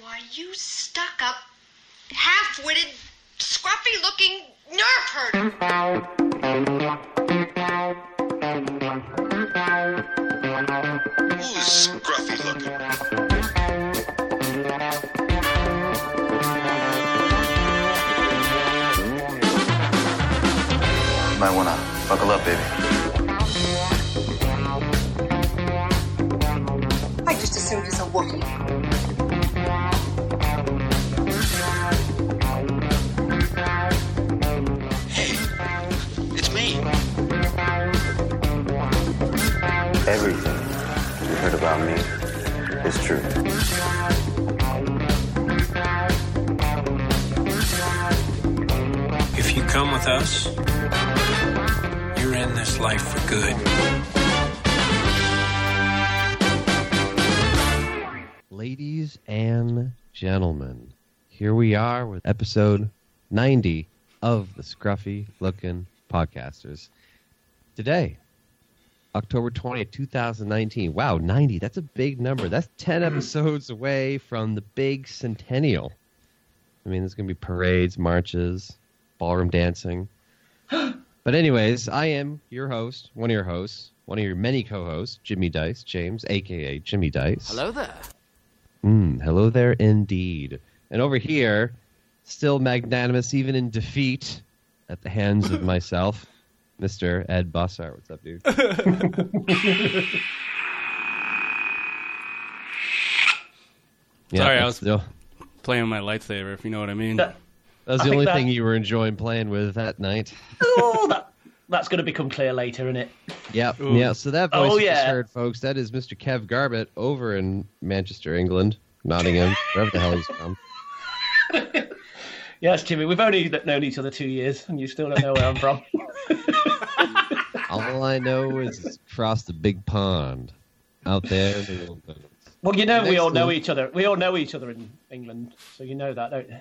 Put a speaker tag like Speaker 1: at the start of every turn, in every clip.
Speaker 1: Why, you stuck up, half witted, scruffy looking nerve herder.
Speaker 2: Who's scruffy looking?
Speaker 3: You might wanna buckle up, baby.
Speaker 4: I just assumed it's a Wookiee.
Speaker 2: It's me.
Speaker 3: Everything you heard about me is true.
Speaker 5: If you come with us, you're in this life for good.
Speaker 6: Ladies and gentlemen, here we are with episode 90 of the Scruffy Looking Podcasters. Today, October 20th, 2019. Wow, 90. That's a big number. That's 10 episodes away from the big centennial. I mean, there's going to be parades, marches, ballroom dancing. But anyways, I am your host, one of your hosts, one of your many co-hosts, Jimmy Dice, James, aka Jimmy Dice. Hello there. Mm, hello there indeed. And over here, still magnanimous even in defeat at the hands of myself, Mr. Ed Bossart. What's up, dude?
Speaker 7: Sorry, I was-
Speaker 6: that's the-
Speaker 7: playing my lightsaber, if you know what I mean.
Speaker 6: that was the
Speaker 8: I think
Speaker 6: only
Speaker 8: that-
Speaker 6: thing you were enjoying playing with that night.
Speaker 8: oh, that, that's going to become clear later, isn't it?
Speaker 6: Yep.
Speaker 7: Ooh.
Speaker 6: Yeah. So that voice
Speaker 8: Oh,
Speaker 6: you just
Speaker 8: yeah.
Speaker 6: heard, folks, that is Mr. Kev Garbett over in Manchester, England, Nottingham, wherever the hell he's from.
Speaker 8: Yes, Jimmy, we've only known each other two years, and you still don't know where I'm from.
Speaker 6: All I know is it's across the big pond out there in the wilderness.
Speaker 8: Well, you know, we all
Speaker 6: Next
Speaker 8: know
Speaker 6: week.
Speaker 8: each other. We all know each other in England, so you know that, don't you?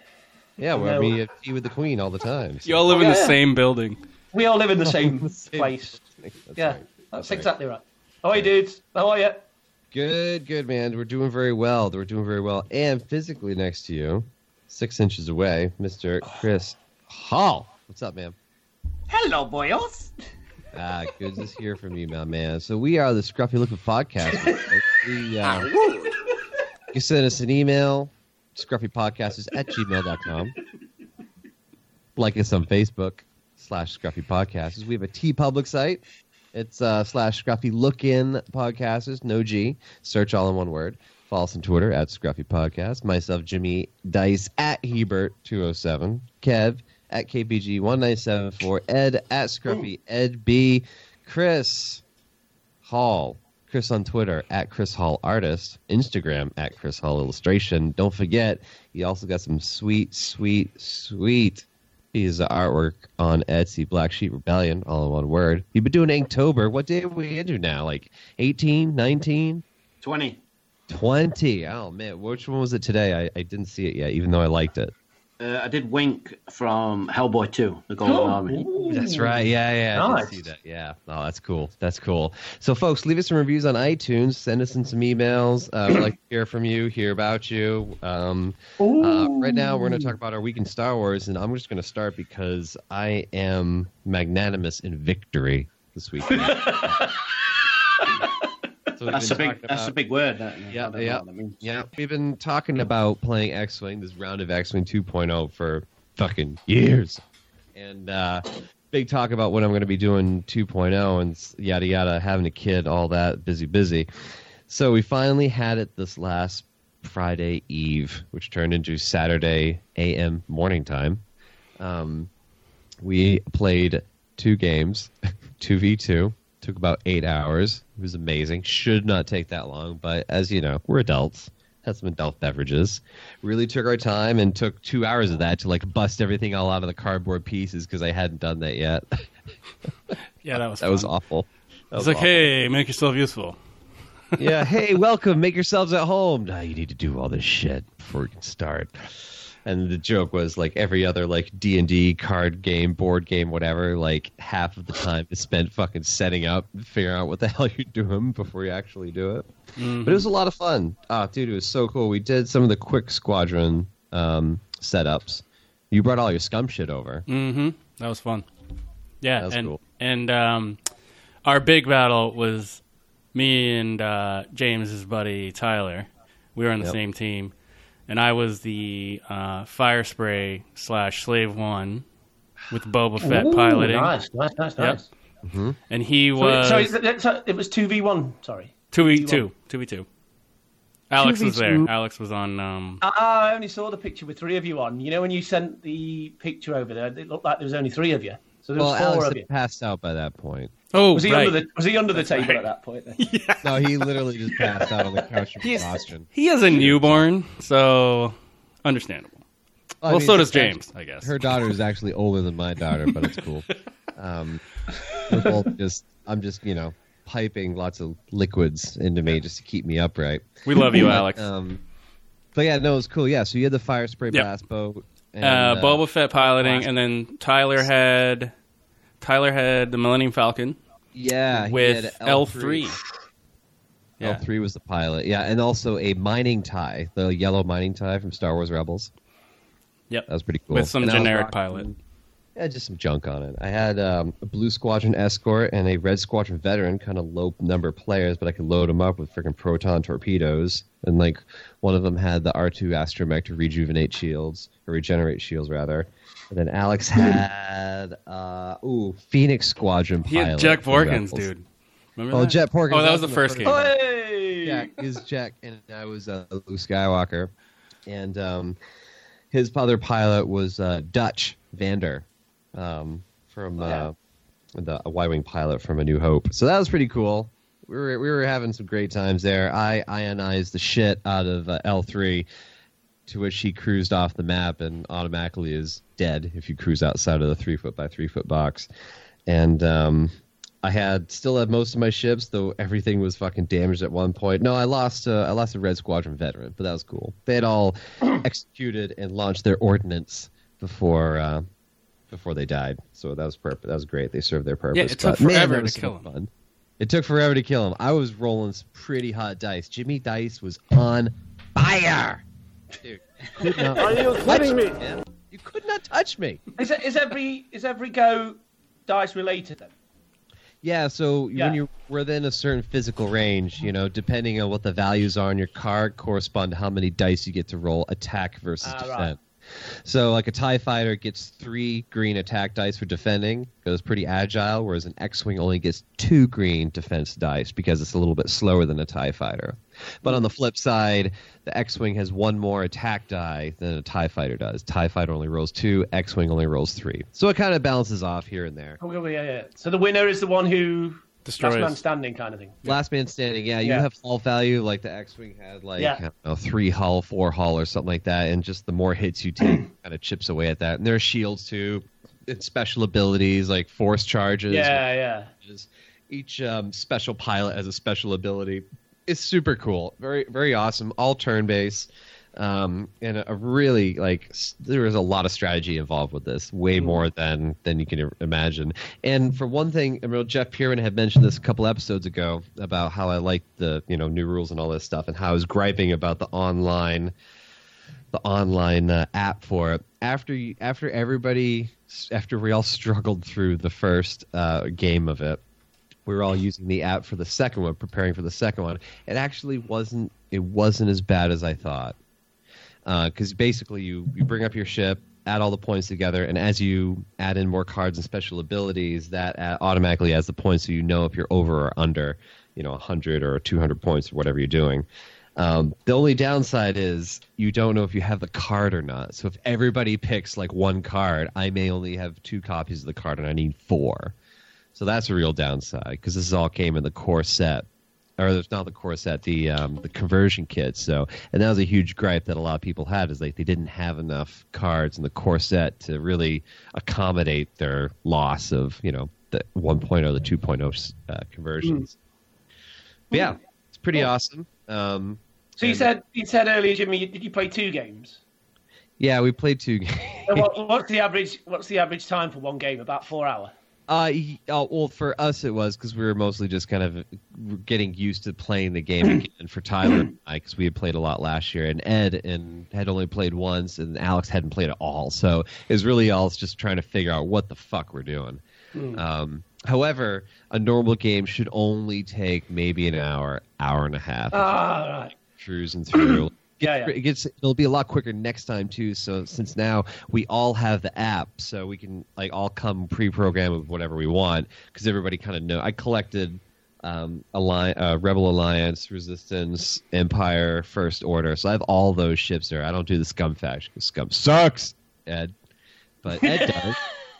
Speaker 6: Yeah, where
Speaker 8: No.
Speaker 6: we have tea with the queen all the time. so
Speaker 7: You all live in the
Speaker 8: Yeah.
Speaker 7: same building.
Speaker 8: We all live in the same
Speaker 6: same
Speaker 8: place.
Speaker 6: that's
Speaker 8: yeah,
Speaker 6: right.
Speaker 8: that's
Speaker 6: right.
Speaker 8: exactly right. Hi, dudes. How are you?
Speaker 6: Good, good, man. We're doing very well. We're doing very well. And physically next to you, six inches away, Mr. Chris Hall. What's up, man?
Speaker 4: Hello, boys.
Speaker 6: Ah, good to hear from you, my man. So we are the Scruffy Looking Podcast. we, uh, you send us an email, scruffypodcasters at gmail.com. Like us on Facebook, slash Scruffy Podcasters. We have a T public site. It's uh, slash Scruffy Looking Podcasters, no G. Search all in one word. Follow us on Twitter at Scruffy Podcast. Myself, Jimmy Dice at Hebert207. Kev at KPG1974. Ed at Scruffy. Ed B. Chris Hall. Chris on Twitter at Chris Hall Artist. Instagram at Chris Hall Illustration. Don't forget, he also got some sweet, sweet, sweet pieces of artwork on Etsy. Black Sheep Rebellion, all in one word. You've been doing Inktober. What day are we into now? Like 18, 19?
Speaker 3: 20.
Speaker 6: 20. Oh man, which one was it today? I, I didn't see it yet, even though I liked it.
Speaker 3: Uh, I did Wink from Hellboy 2, The
Speaker 7: Oh,
Speaker 3: Golden Army.
Speaker 6: That's right. Yeah, yeah. I did
Speaker 8: Nice.
Speaker 6: see that. Yeah. Oh, that's cool. That's cool. So, folks, leave us some reviews on iTunes. Send us in some emails. Uh, we'd like to hear from you, hear about you. Um, uh, right now, we're going to talk about our week in Star Wars, and I'm just going to start because I am magnanimous in victory this week.
Speaker 3: That's a big that's a big word. That,
Speaker 6: Yeah,
Speaker 3: I don't know
Speaker 6: yeah.
Speaker 3: what that means.
Speaker 6: Yeah, we've been talking about playing X Wing, this round of X Wing 2.0 for fucking years. And uh, big talk about what I'm going to be doing 2.0 and s- yada yada, having a kid, all that, busy, busy. So we finally had it this last Friday Eve, which turned into Saturday AM morning time. Um, we played two games, 2v2. Took about eight hours. It was amazing. Should not take that long, but as you know, we're adults. Had some adult beverages. Really took our time and took two hours of that to like bust everything all out of the cardboard pieces because I hadn't done that yet.
Speaker 7: Yeah, that was
Speaker 6: that was
Speaker 7: fun.
Speaker 6: awful. That
Speaker 7: It's
Speaker 6: was
Speaker 7: like,
Speaker 6: awful.
Speaker 7: hey, make yourself useful.
Speaker 6: yeah, hey, welcome. Make yourselves at home. Now you need to do all this shit before we can start. and the joke was like every other like D and D card game, board game, whatever. Like half of the time is spent fucking setting up, and figuring out what the hell you're doing before you actually do it.
Speaker 7: Mm-hmm.
Speaker 6: But it was a lot of fun. Ah, dude, it was so cool. We did some of the quick squadron um, setups. You brought all your scum shit over.
Speaker 7: Mm-hmm. That was fun. Yeah,
Speaker 6: That was
Speaker 7: and
Speaker 6: cool.
Speaker 7: and um, our big battle was me and uh, James's buddy Tyler. We were on the
Speaker 6: Yep.
Speaker 7: same team, and I was the uh, fire spray slash slave one with Boba Fett
Speaker 8: Ooh,
Speaker 7: piloting, Uh,
Speaker 8: Nice, nice, nice, nice.
Speaker 7: and he
Speaker 8: So,
Speaker 7: was
Speaker 8: so, is that- so it was two v one. Sorry,
Speaker 7: two v two, two v two. Alex was there.
Speaker 8: 2v2.
Speaker 7: Alex was on. Um,
Speaker 8: Uh, I I only saw the picture with three of you on. You know when you sent the picture over there, it looked like there was only three of you. So there
Speaker 6: Well,
Speaker 8: was four
Speaker 6: Alex
Speaker 8: of
Speaker 6: had
Speaker 8: you.
Speaker 6: passed out by that point.
Speaker 7: oh,
Speaker 8: Was he
Speaker 7: right.
Speaker 8: under the Was he under the table at that point? Then?
Speaker 6: No, he literally just passed out on the couch from
Speaker 7: He's-
Speaker 6: exhaustion.
Speaker 7: he has a newborn, so understandable.
Speaker 6: I
Speaker 7: well,
Speaker 6: mean,
Speaker 7: so does
Speaker 6: that's-
Speaker 7: James, I guess.
Speaker 6: Her daughter is actually older than my daughter, but it's cool. Um, we're both just, I'm just, you know, piping lots of liquids into me just to keep me upright.
Speaker 7: We love you, Alex. Uh,
Speaker 6: Um, but yeah, no, it was cool. Yeah, so you had the fire spray
Speaker 7: Yep.
Speaker 6: blast boat. And,
Speaker 7: uh,
Speaker 6: uh,
Speaker 7: Boba Fett piloting,
Speaker 6: last-
Speaker 7: and then Tyler had Tyler had the Millennium Falcon
Speaker 6: yeah, he
Speaker 7: with
Speaker 6: had
Speaker 7: L three. Yeah,
Speaker 6: L3 was the pilot. Yeah, and also a mining tie, the yellow mining tie from Star Wars Rebels.
Speaker 7: Yep.
Speaker 6: That was pretty cool.
Speaker 7: with some
Speaker 6: And I was
Speaker 7: generic
Speaker 6: rocking-
Speaker 7: pilot.
Speaker 6: Yeah, just some junk on it. I had um, a blue squadron escort and a red squadron veteran, kind of low number of players, but I could load them up with freaking proton torpedoes. And like one of them had the R2 astromech to rejuvenate shields or regenerate shields rather. And then Alex had uh, ooh Phoenix squadron
Speaker 7: He
Speaker 6: pilot.
Speaker 7: had Jack
Speaker 6: from
Speaker 7: Vorkins,
Speaker 6: Rebels.
Speaker 7: dude. Remember
Speaker 6: Oh,
Speaker 7: that?
Speaker 6: Jack Vorkins.
Speaker 7: Oh, that was the first game.
Speaker 8: Hey!
Speaker 6: Jack is Jack, and I was uh, Luke Skywalker, and um, his other pilot was uh, Dutch Vander um, from uh, the a Y-wing pilot from A New Hope. So that was pretty cool. We were we were having some great times there. I ionized the shit out of uh, L three, to which he cruised off the map and automatically is dead if you cruise outside of the three foot by three foot box. And um, I had still had most of my ships, though everything was fucking damaged at one point. No, I lost uh, I lost a Red Squadron veteran, but that was cool. They had all executed and launched their ordnance before uh, before they died, so that was perfect. That was great. They served their purpose.
Speaker 7: it took
Speaker 6: but, man,
Speaker 7: forever
Speaker 6: that
Speaker 7: to
Speaker 6: was so
Speaker 7: kill 'em.
Speaker 6: Fun. It took forever to kill him. I was rolling some pretty hot dice. Jimmy Dice was on fire. Dude, you could not, Are you kidding me? man. You could not touch me.
Speaker 8: Is, is every is every go dice related then?
Speaker 6: Yeah, so
Speaker 8: Yeah.
Speaker 6: when you're within a certain physical range, you know, depending on what the values are on your card, correspond to how many dice you get to roll attack versus
Speaker 8: Ah, right.
Speaker 6: defend. So, like a TIE fighter gets three green attack dice for defending, goes pretty agile, whereas an X Wing only gets two green defense dice because it's a little bit slower than a TIE fighter. But on the flip side, the X Wing has one more attack die than a TIE fighter does. TIE fighter only rolls two, X Wing only rolls three. So it kind of balances off here and there.
Speaker 8: Oh, yeah, yeah, yeah. So the winner is the one who last man
Speaker 7: Destroys.
Speaker 8: standing kind of thing.
Speaker 6: Last man standing. Yeah, you
Speaker 8: Yeah.
Speaker 6: have hull value. Like the X Wing had, like,
Speaker 8: Yeah.
Speaker 6: I don't know, three hull, four hull, or something like that. And just the more hits you take, kind of chips away at that. And there are shields too, and special abilities like force charges.
Speaker 8: Yeah, yeah.
Speaker 6: which is- Each um, special pilot has a special ability. It's super cool. Very, very awesome. All turn based. Um, and a, a really like s- there is a lot of strategy involved with this, way more than than you can imagine. And for one thing, I mean, Jeff Pierman had mentioned this a couple episodes ago about how I liked the you know new rules and all this stuff, and how I was griping about the online the online uh, app for it. After you, after everybody, after we all struggled through the first uh, game of it, we were all using the app for the second one, preparing for the second one. It actually wasn't. It wasn't as bad as I thought because basically you you bring up your ship, add all the points together, and as you add in more cards and special abilities, that uh, automatically adds the points, so you know if you're over or under, you know, 100 or 200 points or whatever you're doing. Um, the only downside is you don't know if you have the card or not. So if everybody picks like one card, I may only have two copies of the card, and I need four. So that's a real downside because this all came in the core set, or it's not the core set, the um, the conversion kit. So, and that was a huge gripe that a lot of people had is like they didn't have enough cards in the core set to really accommodate their loss of you know the 1.0 the 2.0 uh, conversions. But yeah, it's pretty awesome. Um,
Speaker 8: So you
Speaker 6: and-
Speaker 8: said you said earlier, Jimmy, you- did you play two games?
Speaker 6: Yeah, we played two games.
Speaker 8: So what, what's the average? What's the average time for one game? About four hour.
Speaker 6: Uh, y- uh, well, for us it was because we were mostly just kind of getting used to playing the game again. For Tyler and I, because we had played a lot last year, and Ed and had only played once, and Alex hadn't played at all. So it was really all just trying to figure out what the fuck we're doing. Um, however, a normal game should only take maybe an hour, hour and a half,
Speaker 8: Ah, right.
Speaker 6: cruising through.
Speaker 8: Yeah, yeah.
Speaker 6: It gets it'll be a lot quicker next time too. So since now we all have the app, so we can like all come pre-program with whatever we want because everybody kind of know. I collected um, Alli- uh, Rebel Alliance, Resistance, Empire, First Order, so I have all those ships there. I don't do the Scum faction 'cause Scum sucks, Ed, but Ed does.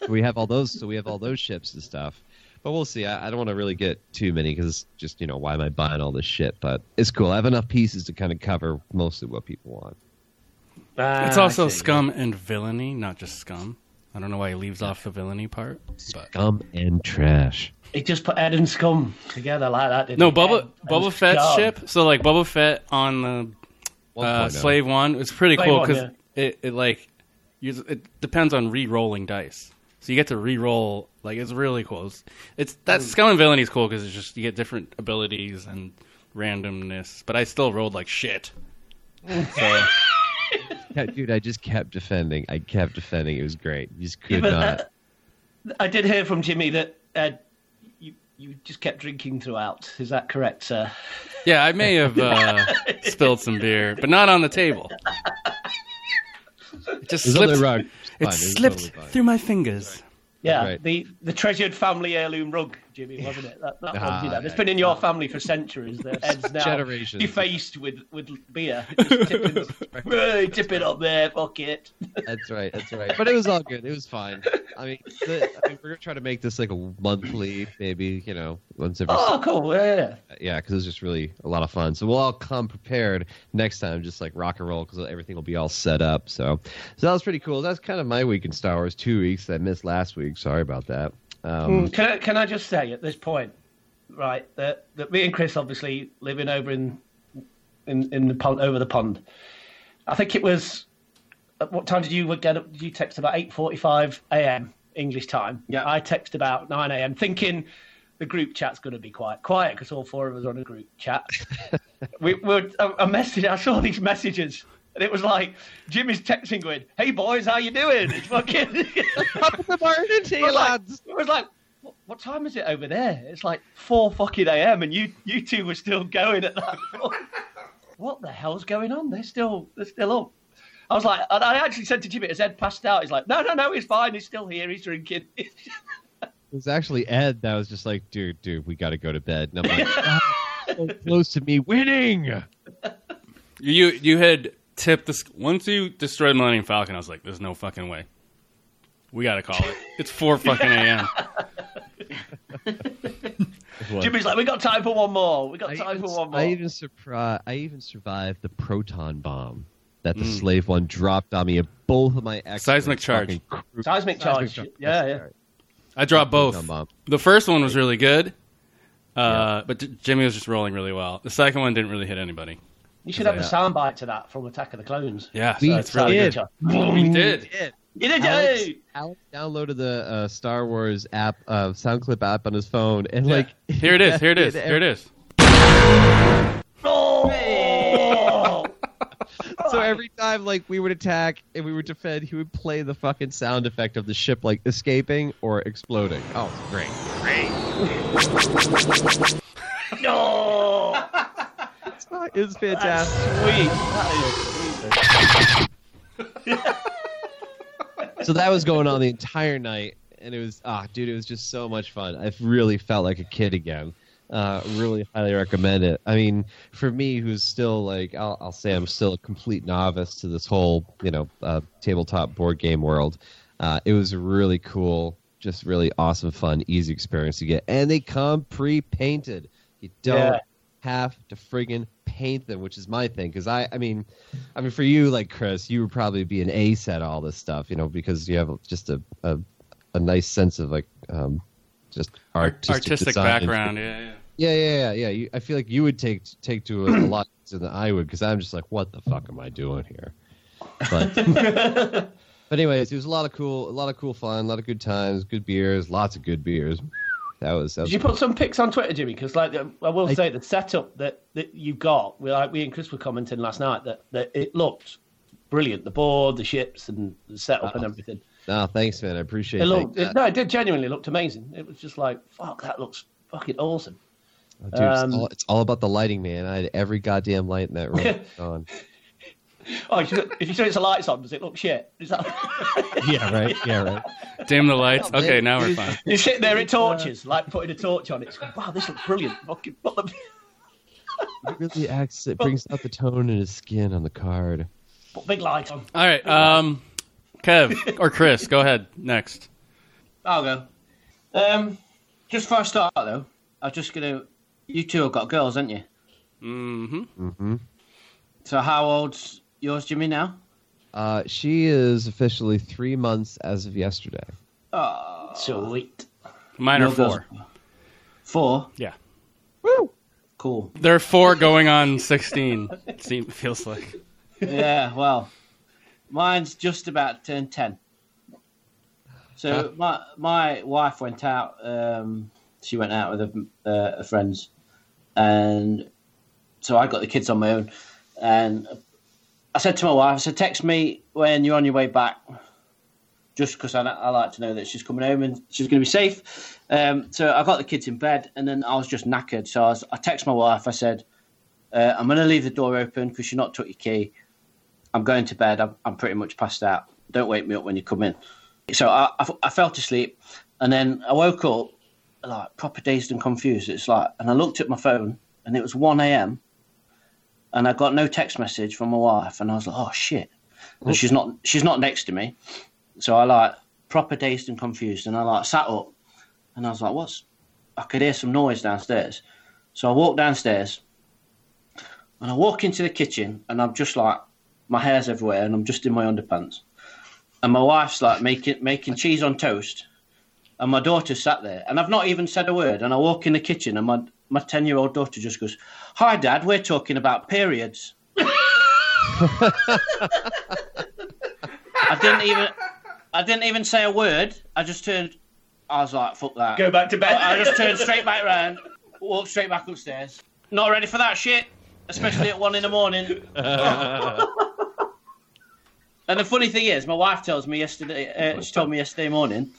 Speaker 6: We have all those, so we have all those ships and stuff. But we'll see. I, I don't want to really get too many because just you know why am I buying all this shit? But it's cool. I have enough pieces to kind of cover mostly what people want.
Speaker 7: It's
Speaker 8: Ah, I
Speaker 7: also
Speaker 8: see.
Speaker 7: scum and villainy, not just scum. I don't know why he leaves off the villainy part. But. Uh,
Speaker 6: Gum and trash.
Speaker 8: He just put Ed and Scum together like that. Didn't
Speaker 7: No,
Speaker 8: he? Ed
Speaker 7: Bubba
Speaker 8: and
Speaker 7: Bubba Fett's
Speaker 8: Scum.
Speaker 7: ship. So like Bubba Fett on the uh,
Speaker 6: 1.0.
Speaker 7: Slave One. It's pretty
Speaker 8: Slave
Speaker 7: cool
Speaker 8: One,
Speaker 7: because
Speaker 8: yeah.
Speaker 7: it, it like you, it depends on re-rolling dice. So you get to re-roll. Like it's really cool. It's, it's that
Speaker 8: Mm.
Speaker 7: scum and villainy is cool because it's just you get different abilities and randomness. But I still rolled like shit. So
Speaker 6: Yeah, dude, I just kept defending. I kept defending. It was great. You just
Speaker 8: Yeah,
Speaker 6: could
Speaker 8: but,
Speaker 6: not.
Speaker 8: uh, I did hear from Jimmy that Ed, you you just kept drinking throughout. Is that correct, sir?
Speaker 7: yeah, I may have uh, spilled some beer, but not on the table. It just
Speaker 6: It was on the
Speaker 7: slipped.
Speaker 6: rug.
Speaker 7: It
Speaker 6: Fine, was
Speaker 7: slipped
Speaker 6: totally fine.
Speaker 7: through my fingers.
Speaker 8: Yeah,
Speaker 6: Right.
Speaker 8: the, the treasured family heirloom rug, Jimmy, wasn't it? That, that
Speaker 6: Ah,
Speaker 8: one, you know, it's
Speaker 6: yeah.
Speaker 8: been in your family for centuries. That Ed's now
Speaker 6: Generations.
Speaker 8: defaced with, with beer. Just tip, it, Hey, tip it up there, fuck it.
Speaker 6: That's right. That's right. But it was all good. It was fine. I mean, the, I mean, we're gonna try to make this like a monthly, maybe you know, once every.
Speaker 8: Oh, cool. Yeah, yeah.
Speaker 6: yeah, because it was just really a lot of fun. So we'll all come prepared next time, just like rock and roll, because everything will be all set up. So, so that was pretty cool. That's kind of my week in Star Wars. Two weeks I missed last week. Sorry about that. Um,
Speaker 8: Mm, Can I, can I just say at this point, right, that, that me and Chris obviously living over in, in, in the pond, over the pond. I think it was, at what time did you get up? Did you text about 8.45 a.m. English time? Yeah. I text about 9 a.m. thinking the group chat's going to be quite quiet because all four of us are on a group chat. we were a, a message. I saw these messages. And it was like Jimmy's texting going, "Hey boys, how you doing?" It's fucking. It was like, it was like what, what time is it over there? It's like four fucking a.m. and you you two were still going at that. point. what the hell's going on? They're still they're still up. I was like, and I actually said to Jimmy, "Has Ed passed out?" He's like, "No, no, no, he's fine. He's still here. He's drinking."
Speaker 6: It was actually Ed that was just like, dude, dude, we got to go to bed. And I'm like, "Ah, so close to me winning.
Speaker 7: You you had tipped this once you destroyed Millennium Falcon. I was like, "There's no fucking way. We gotta call it. It's four fucking a.m.
Speaker 8: Jimmy's like, "We got time for one more.
Speaker 6: I
Speaker 8: We got time
Speaker 6: even,
Speaker 8: for one more."
Speaker 6: I even surprised. I even survived the proton bomb that
Speaker 8: Hmm.
Speaker 6: the slave one dropped on me. And both of my ex
Speaker 7: Seismic charge.
Speaker 8: Seismic charge. Yeah, yeah.
Speaker 7: I dropped both.
Speaker 6: Proton bomb.
Speaker 7: The first one was really good, uh, but J- Jimmy was just rolling really well. The second one didn't really hit anybody.
Speaker 8: you should have a
Speaker 6: Yeah.
Speaker 8: soundbite to that from Attack of the Clones.
Speaker 7: Yeah,
Speaker 6: We
Speaker 7: that's really
Speaker 6: did.
Speaker 7: good. We did.
Speaker 8: You did,
Speaker 6: Alex,
Speaker 8: hey!
Speaker 6: Alex downloaded the uh, Star Wars app, uh, sound clip app on his phone, and
Speaker 7: Yeah.
Speaker 6: like
Speaker 7: here it is. Here it is. Here it is.
Speaker 8: Oh!
Speaker 6: So every time like we would attack and we would defend, he would play the fucking sound effect of the ship like escaping or exploding. Oh, great!
Speaker 8: Oh! no!
Speaker 6: It's, not- it's fantastic.
Speaker 8: Sweet. That is-
Speaker 6: so that was going on the entire night, and it was ah, dude, it was just so much fun. I really felt like a kid again. Uh, really highly recommend it. I mean, for me, who's still like, I'll, I'll say I'm still a complete novice to this whole, you know, uh, tabletop board game world. Uh, it was really cool, just really awesome, fun, easy experience to get. And they come pre-painted. You don't
Speaker 8: Yeah.
Speaker 6: have to friggin' paint them, which is my thing. Because I, I mean, I mean, for you, like Chris, you would probably be an ace at all this stuff, you know, because you have just a a, a nice sense of like um, just artistic,
Speaker 7: Artistic
Speaker 6: design.
Speaker 7: background. Yeah, yeah.
Speaker 6: Yeah, yeah, yeah, yeah. You, I feel like you would take take to it a lot easier than I would because I'm just like, what the fuck am I doing here? But but anyways, it was a lot of cool, a lot of cool fun, a lot of good times, good beers, lots of good beers. That was. That was
Speaker 8: Did you put some pics on Twitter, Jimmy? Because like um, I will
Speaker 6: I-
Speaker 8: say, the setup that, that you got, we like we and Chris were commenting last night that, that it looked brilliant. The board, the ships, and the setup and everything.
Speaker 6: no, thanks, man. I appreciate
Speaker 8: It
Speaker 6: it.
Speaker 8: looked it, no, it did genuinely looked amazing. It was just like fuck, that looks fucking awesome.
Speaker 6: Dude, it's,
Speaker 8: um,
Speaker 6: all, it's all about the lighting, man. I had every goddamn light in that room on.
Speaker 8: Oh, if you, if you turn its lights on, does it look shit? Is that
Speaker 6: Yeah, right. Yeah, right.
Speaker 7: Dim the lights.
Speaker 6: Oh,
Speaker 7: Okay,
Speaker 6: man.
Speaker 7: now we're fine.
Speaker 8: you sit there in torches, like putting a torch on it? It's like, wow, this looks brilliant. Fucking put the
Speaker 6: It really acts. It brings out the tone in his skin on the card.
Speaker 8: put big light on.
Speaker 7: All right, um, Kev or Chris, go ahead next.
Speaker 9: I'll go. Um, just for a start, though, I'm just going to. You two have got girls, haven't you?
Speaker 7: Mm-hmm.
Speaker 6: Mm-hmm.
Speaker 9: So, how old's yours, Jimmy, now?
Speaker 6: Uh, she is officially three months as of yesterday.
Speaker 8: Sweet.
Speaker 7: Mine are
Speaker 9: Your girls-
Speaker 7: four.
Speaker 9: Four?
Speaker 7: Yeah,
Speaker 9: Cool.
Speaker 7: there are four going on sixteen. it seem- feels like.
Speaker 9: yeah, well, mine's just about to turn 10. So my my wife went out. Um, she went out with her, uh, her friends, and so I got the kids on my own. And I said to my wife, "I said, text me when you're on your way back, just because I, I like to know that she's coming home and she's going to be safe." Um, so I got the kids in bed, and then I was just knackered. So I, was, I texted my wife. I said, uh, "I'm going to leave the door open because you're not took your key. I'm going to bed. I'm, I'm pretty much passed out. Don't wake me up when you come in." so I, I, I fell to sleep, and then I woke up like proper dazed and confused. It's like, and I looked at my phone, and it was one a.m. and I got no text message from my wife, and I was like, oh shit, and she's not she's not next to me, so I like proper dazed and confused, and I like sat up, and I was like, what's? I could hear some noise downstairs, so I walked downstairs, and I walk into the kitchen, and I'm just like, my hair's everywhere, and I'm just in my underpants and my wife's like making making cheese on toast, and my daughter sat there, and I've not even said a word, and I walk in the kitchen, and my my ten year old daughter just goes, "Hi, Dad, we're talking about periods." I didn't even I didn't even say a word. I just turned. I was like, "Fuck that."
Speaker 8: Go back to bed.
Speaker 9: I just turned straight back round, walked straight back upstairs. Not ready for that shit, especially at one in the morning. and the funny thing is, my wife tells me yesterday. Uh, she told me yesterday morning.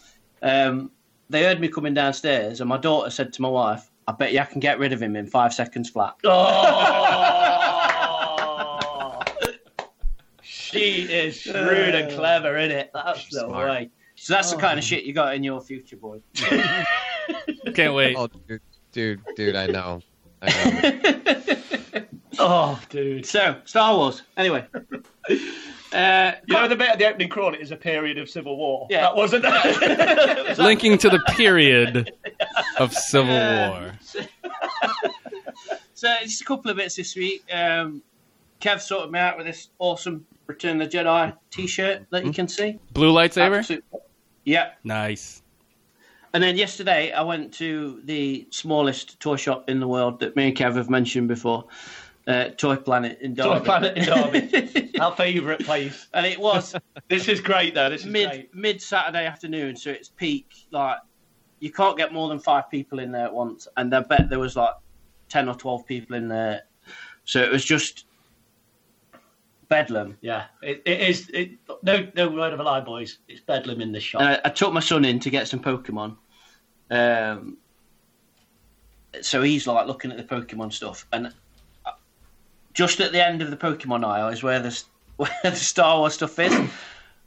Speaker 9: Um, they heard me coming downstairs, and my daughter said to my wife, "I bet you I can get rid of him in five seconds flat."
Speaker 8: oh, She is
Speaker 9: shrewd and
Speaker 8: clever, isn't it? That's
Speaker 9: No way. So that's the kind of shit you got in your future, boy.
Speaker 7: Can't wait.
Speaker 6: Oh, dude, dude, dude, I know. I know.
Speaker 8: Oh, dude.
Speaker 9: So Star Wars. Anyway, uh,
Speaker 8: You know, the bit at the opening crawl, it is a period of civil war.
Speaker 9: Yeah.
Speaker 8: That wasn't that.
Speaker 7: Linking to the period of Civil War.
Speaker 9: So just a couple of bits this week. Um, Kev sorted me out with this awesome Return of the Jedi T-shirt that you can see.
Speaker 7: Blue lightsaber.
Speaker 9: Absolute- Yeah.
Speaker 7: Nice.
Speaker 9: And then yesterday, I went to the smallest toy shop in the world that me and Kev have mentioned before, uh, Toy Planet in Derby.
Speaker 8: Toy Planet in Derby. Our favourite place.
Speaker 9: and it was
Speaker 8: This is great, though. This is
Speaker 9: mid
Speaker 8: great.
Speaker 9: mid Saturday afternoon, so it's peak. Like you can't get more than five people in there at once, and I bet there was like ten or twelve people in there. So it was just bedlam.
Speaker 8: Yeah, it, it is. It, no, no word of a lie, boys. It's bedlam in this shop.
Speaker 9: And I, I took my son in to get some Pokemon. Um, so he's like looking at the Pokemon stuff, and I- just at the end of the Pokemon aisle is where the s- where the Star Wars stuff is.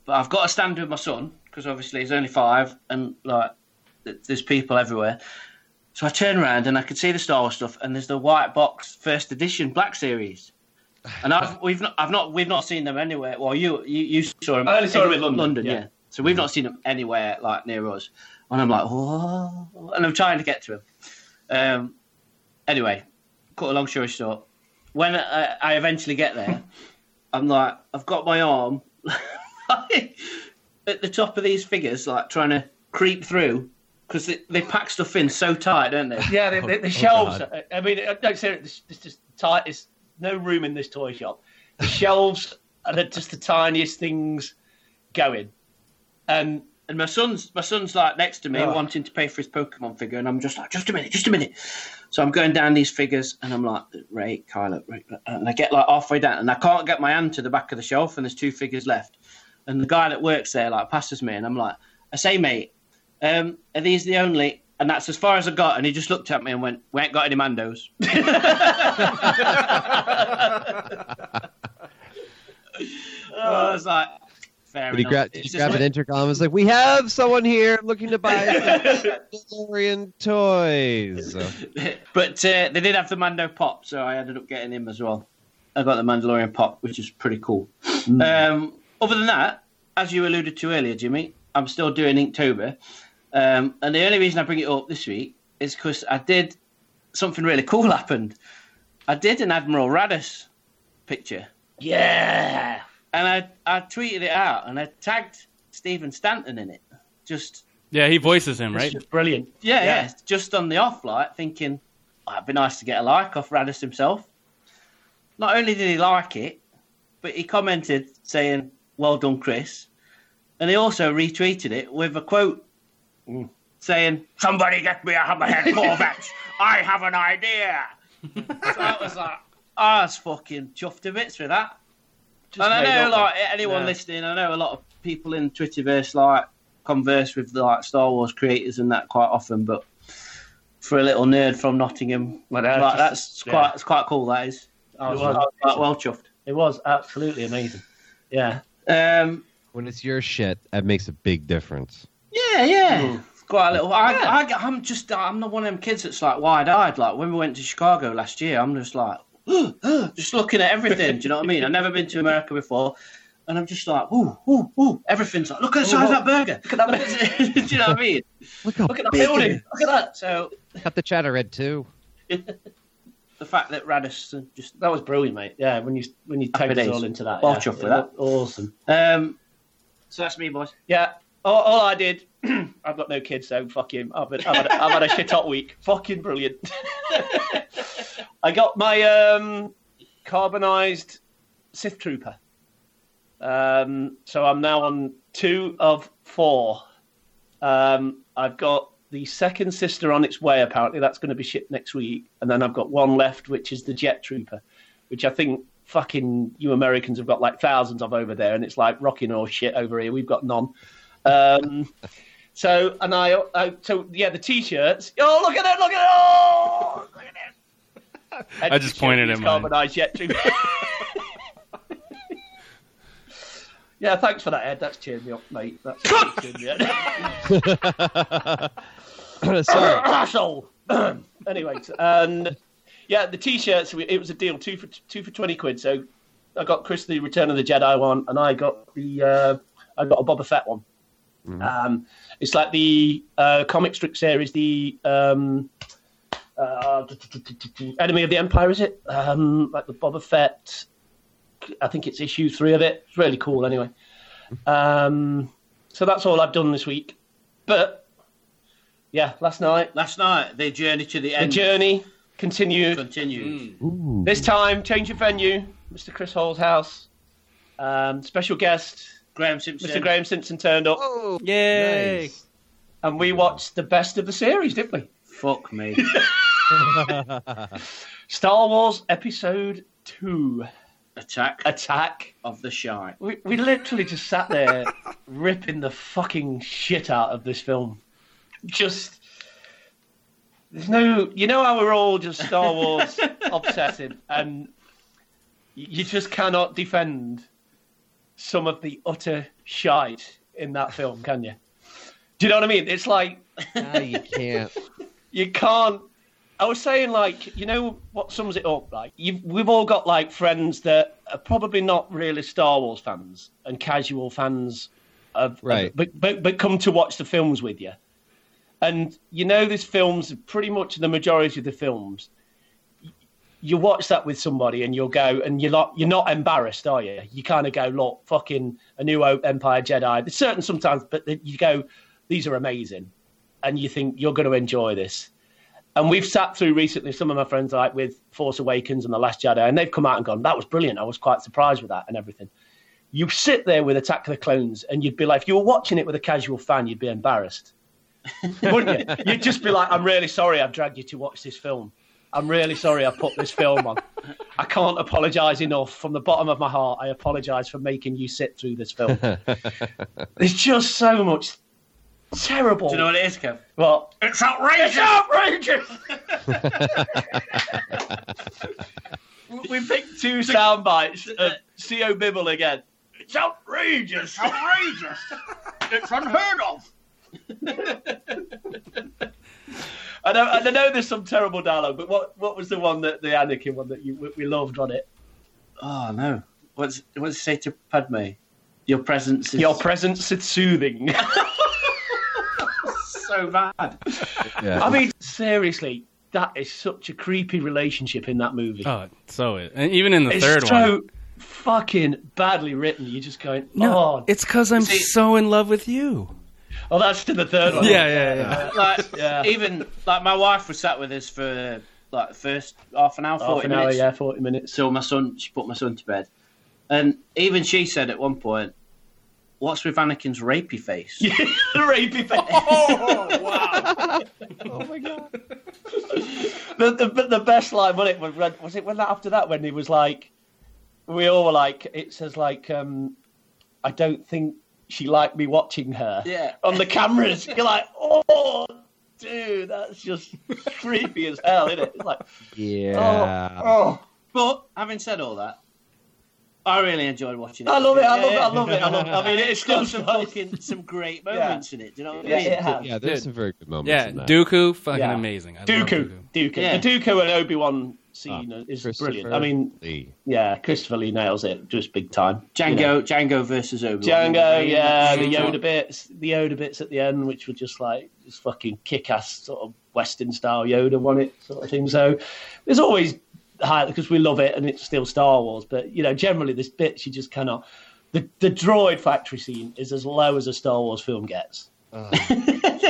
Speaker 9: But I've got to stand with my son because obviously he's only five, and like th- there's people everywhere. So I turn around and I can see the Star Wars stuff, and there's the white box first edition Black Series. And I've we've not I've not we've not seen them anywhere. Well, you you, you saw them.
Speaker 8: I only saw 'em in London,
Speaker 9: London,
Speaker 8: yeah.
Speaker 9: yeah. So we've not seen them anywhere like near us. And I'm like, oh, and I'm trying to get to him. Um, anyway, cut a long story short. When I, I eventually get there, I'm like, I've got my arm at the top of these figures, like trying to creep through because they, they pack stuff in so tight, don't they?
Speaker 8: Yeah, the, the,
Speaker 6: Oh,
Speaker 8: the shelves. uh,
Speaker 6: God.
Speaker 8: I mean, no, seriously, it's just tight. It's no room in this toy shop. The shelves and had just the tiniest things going. And
Speaker 9: Um, And my son's my son's like next to me
Speaker 8: Oh.
Speaker 9: wanting to pay for his Pokemon figure, and I'm just like, just a minute, just a minute. So I'm going down these figures, and I'm like, Ray, Kyla, Ray, and I get like halfway down, and I can't get my hand to the back of the shelf, and there's two figures left. And the guy that works there like passes me, and I'm like, I say, mate, um, are these the only? And that's as far as I got. And he just looked at me and went, "We ain't got any Mandos." Oh, I was like, fair
Speaker 6: But he
Speaker 9: enough.
Speaker 6: grabbed,
Speaker 9: It's
Speaker 6: he
Speaker 9: just
Speaker 6: grabbed
Speaker 9: like-
Speaker 6: an intercom. and was like, "We have someone here looking to buy some DeLorean toys."
Speaker 9: but uh, they did have the Mando pop, so I ended up getting him as well. I got the Mandalorian pop, which is pretty cool. Um, other than that, as you alluded to earlier, Jimmy, I'm still doing Inktober, um, and the only reason I bring it up this week is because I did something really cool happened. I did an Admiral Radis picture,
Speaker 8: yeah,
Speaker 9: and I I tweeted it out, and I tagged Stephen Stanton in it, just
Speaker 7: Yeah, he voices him, right?
Speaker 8: it's just brilliant.
Speaker 9: yeah,
Speaker 8: Yeah.
Speaker 9: yeah. it's Just on the off light, thinking oh, it'd be nice to get a like off Radis himself. Not only did he like it, but he commented saying, "Well done, Chris," and he also retweeted it with a quote saying, "Somebody get me a hammerhead Corvette. I have an idea." so I was like, I was fucking chuffed to bits with that.
Speaker 8: Just
Speaker 9: and I
Speaker 8: made
Speaker 9: know,
Speaker 8: up
Speaker 9: like
Speaker 8: a-
Speaker 9: anyone
Speaker 8: yeah.
Speaker 9: listening, I know a lot of people in Twitterverse like converse with like Star Wars creators and that quite often, but for a little nerd from Nottingham,
Speaker 8: Well,
Speaker 9: like,
Speaker 8: that's just-
Speaker 9: that's
Speaker 8: yeah.
Speaker 9: quite it's quite cool. That is, I was,
Speaker 8: It was.
Speaker 9: I was quite well chuffed.
Speaker 8: It was absolutely amazing. Yeah,
Speaker 9: Um,
Speaker 6: when it's your shit, that makes a big difference.
Speaker 9: Yeah, yeah. Hmm. It's Quite a little. I, I, I'm just, I'm the one of them kids that's like wide eyed. Like when we went to Chicago last year, I'm just like, just looking at everything. do you know what I mean? I've never been to America before. And I'm just like, ooh, ooh, ooh. Everything's like, look at the size of that burger. Look at that burger. do you know what I mean?
Speaker 6: Look how
Speaker 9: Look at that
Speaker 6: big it
Speaker 9: building.
Speaker 6: is.
Speaker 9: Look at that. So
Speaker 6: Cut the chatter red too.
Speaker 9: the fact that Radis just.
Speaker 8: that was brilliant, mate. Yeah, when you when you
Speaker 9: Happy
Speaker 8: tagged us
Speaker 9: days.
Speaker 8: all into that,
Speaker 9: Well
Speaker 8: yeah.
Speaker 9: chuffed with
Speaker 8: It
Speaker 9: that.
Speaker 8: was Awesome.
Speaker 9: Um, so that's me, boys.
Speaker 8: Yeah. All, all I did, I've got no kids, so fuck him. I've had, I've had, I've had a shit hot week. Fucking brilliant. I got my um, carbonized Sith Trooper. Um, so I'm now on two of four. Um, I've got the second sister on its way, apparently. That's going to be shipped next week. And then I've got one left, which is the Jet Trooper, which I think fucking you Americans have got like thousands of over there. And it's like rocking or shit over here. We've got none. Um, so, and I, I, so yeah, the t shirts. Oh, look at it, look at it. Oh, look at it.
Speaker 7: I just pointed at
Speaker 8: him.
Speaker 7: mine.
Speaker 8: Carbonized Jet Trooper. Yeah, thanks for that, Ed. That's cheered me up, mate. That's cheered me up.
Speaker 6: Sorry.
Speaker 8: Asshole. anyway, and yeah, the t-shirts. we- It was a deal two for two for twenty quid. So I got Chris the Return of the Jedi one, and I got the uh, I got a Boba Fett one. Um, it's like the uh, comic strip series, the um, uh, Enemy of the Empire, is it? Um, like the Boba Fett. I think it's issue three of it. It's really cool, anyway. Um, so that's all I've done this week. But yeah, last night
Speaker 9: Last night, the journey Hmm. to the
Speaker 8: the
Speaker 9: end
Speaker 8: journey continued.
Speaker 9: continued.
Speaker 6: Ooh.
Speaker 8: This time, change of venue, Mr. Chris Hall's house. Um, special guest,
Speaker 9: Graham Simpson.
Speaker 8: Mr. Graham Simpson, turned up,
Speaker 7: Yay!
Speaker 6: Nice.
Speaker 8: and we watched the best of the series, didn't we?
Speaker 9: Fuck me.
Speaker 8: Star Wars Episode 2
Speaker 9: Attack
Speaker 8: Attack.
Speaker 9: of the Shire.
Speaker 8: We, we literally just sat there ripping the fucking shit out of this film. Just. There's no. You know how we're all just Star Wars obsessive, and y- you just cannot defend some of the utter shite in that film, can you? Do you know what I mean? It's like
Speaker 6: Nah, you can't.
Speaker 8: you can't. I was saying, like, you know what sums it up? Like, you've, we've all got like friends that are probably not really Star Wars fans and casual fans of,
Speaker 6: Right.
Speaker 8: of- but, but but come to watch the films with you, and you know these films. Pretty much the majority of the films, you watch that with somebody, and you'll go, and you're not you're not embarrassed, are you? You kind of go, look, fucking a new O- Empire Jedi. There's certain sometimes, but that you go, these are amazing and you think you're going to enjoy this. And we've sat through recently some of my friends like with Force Awakens and The Last Jedi, and they've come out and gone, "That was brilliant. I was quite surprised with that and everything." You sit there with Attack of the Clones, and you'd be like, if you were watching it with a casual fan, you'd be embarrassed, wouldn't you? You'd just be like, I'm really sorry I've dragged you to watch this film. I'm really sorry I put this film on. I can't apologise enough. From the bottom of my heart, I apologise for making you sit through this film. There's just so much terrible.
Speaker 9: Do you know what it is, Kev?
Speaker 8: Well,
Speaker 9: It's outrageous!
Speaker 8: outrageous. we picked two sound bites of CO Bibble again. It's outrageous. Outrageous.
Speaker 9: It's unheard of!
Speaker 8: I know, and I know there's some terrible dialogue, but what, what was the one that the Anakin one that you, we loved on it?
Speaker 9: Oh, no. What's, what does it say to Padme? Your presence is
Speaker 8: Your presence is soothing.
Speaker 9: so bad.
Speaker 6: Yeah.
Speaker 8: I mean, seriously, that is such a creepy relationship in that movie.
Speaker 7: Oh, so it. And even in the
Speaker 8: it's
Speaker 7: third
Speaker 8: so
Speaker 7: one.
Speaker 8: fucking badly written. You're just going,
Speaker 7: No,
Speaker 8: oh,
Speaker 7: it's because I'm
Speaker 9: See-
Speaker 7: so in love with you.
Speaker 8: oh, that's in the third one.
Speaker 7: Yeah, yeah, yeah.
Speaker 9: Like,
Speaker 8: Yeah.
Speaker 9: even, like, my wife was sat with us for, like, the first half an hour, 40
Speaker 8: half an hour,
Speaker 9: minutes.
Speaker 8: yeah, forty minutes.
Speaker 9: So my son, she put my son to bed, and even she said at one point, "What's with Anakin's rapey face?"
Speaker 8: the rapey face.
Speaker 6: oh my god.
Speaker 8: the, the, but the best line was it was, when- was it when that after that when he was like we all were like it says like um I don't think she liked me watching her
Speaker 9: Yeah.
Speaker 8: on the cameras you're like oh dude that's just creepy as hell isn't it it's like
Speaker 6: Yeah.
Speaker 8: oh
Speaker 9: But having said all that, I really enjoyed watching it.
Speaker 8: I love it I
Speaker 9: Yeah,
Speaker 8: love it I love it
Speaker 9: yeah.
Speaker 8: I love it I mean it's
Speaker 9: It's got
Speaker 8: still
Speaker 9: some
Speaker 8: some
Speaker 9: fucking some great moments in it. Do you know what
Speaker 8: Yeah,
Speaker 9: I mean?
Speaker 8: it has.
Speaker 6: Yeah, there's
Speaker 7: Dude.
Speaker 6: some very good moments.
Speaker 7: Yeah,
Speaker 6: in that.
Speaker 7: Dooku, fucking
Speaker 8: Yeah.
Speaker 7: amazing. I love
Speaker 8: Dooku Dooku
Speaker 9: Yeah.
Speaker 8: the Dooku and Obi Wan scene is
Speaker 6: Ah, Christopher
Speaker 8: brilliant I mean
Speaker 6: Lee.
Speaker 8: yeah Christopher Lee nails it just big time
Speaker 9: Django,
Speaker 8: You know?
Speaker 9: Django versus Obi.
Speaker 8: Django, yeah, the
Speaker 7: Mhm.
Speaker 8: Yoda bits, the Yoda bits at the end, which were just like just fucking kick-ass sort of Western style Yoda, won it sort of thing. So there's always high because we love it and it's still Star Wars, but you know generally there's bits you just cannot. The the droid factory scene is as low as a Star Wars film gets.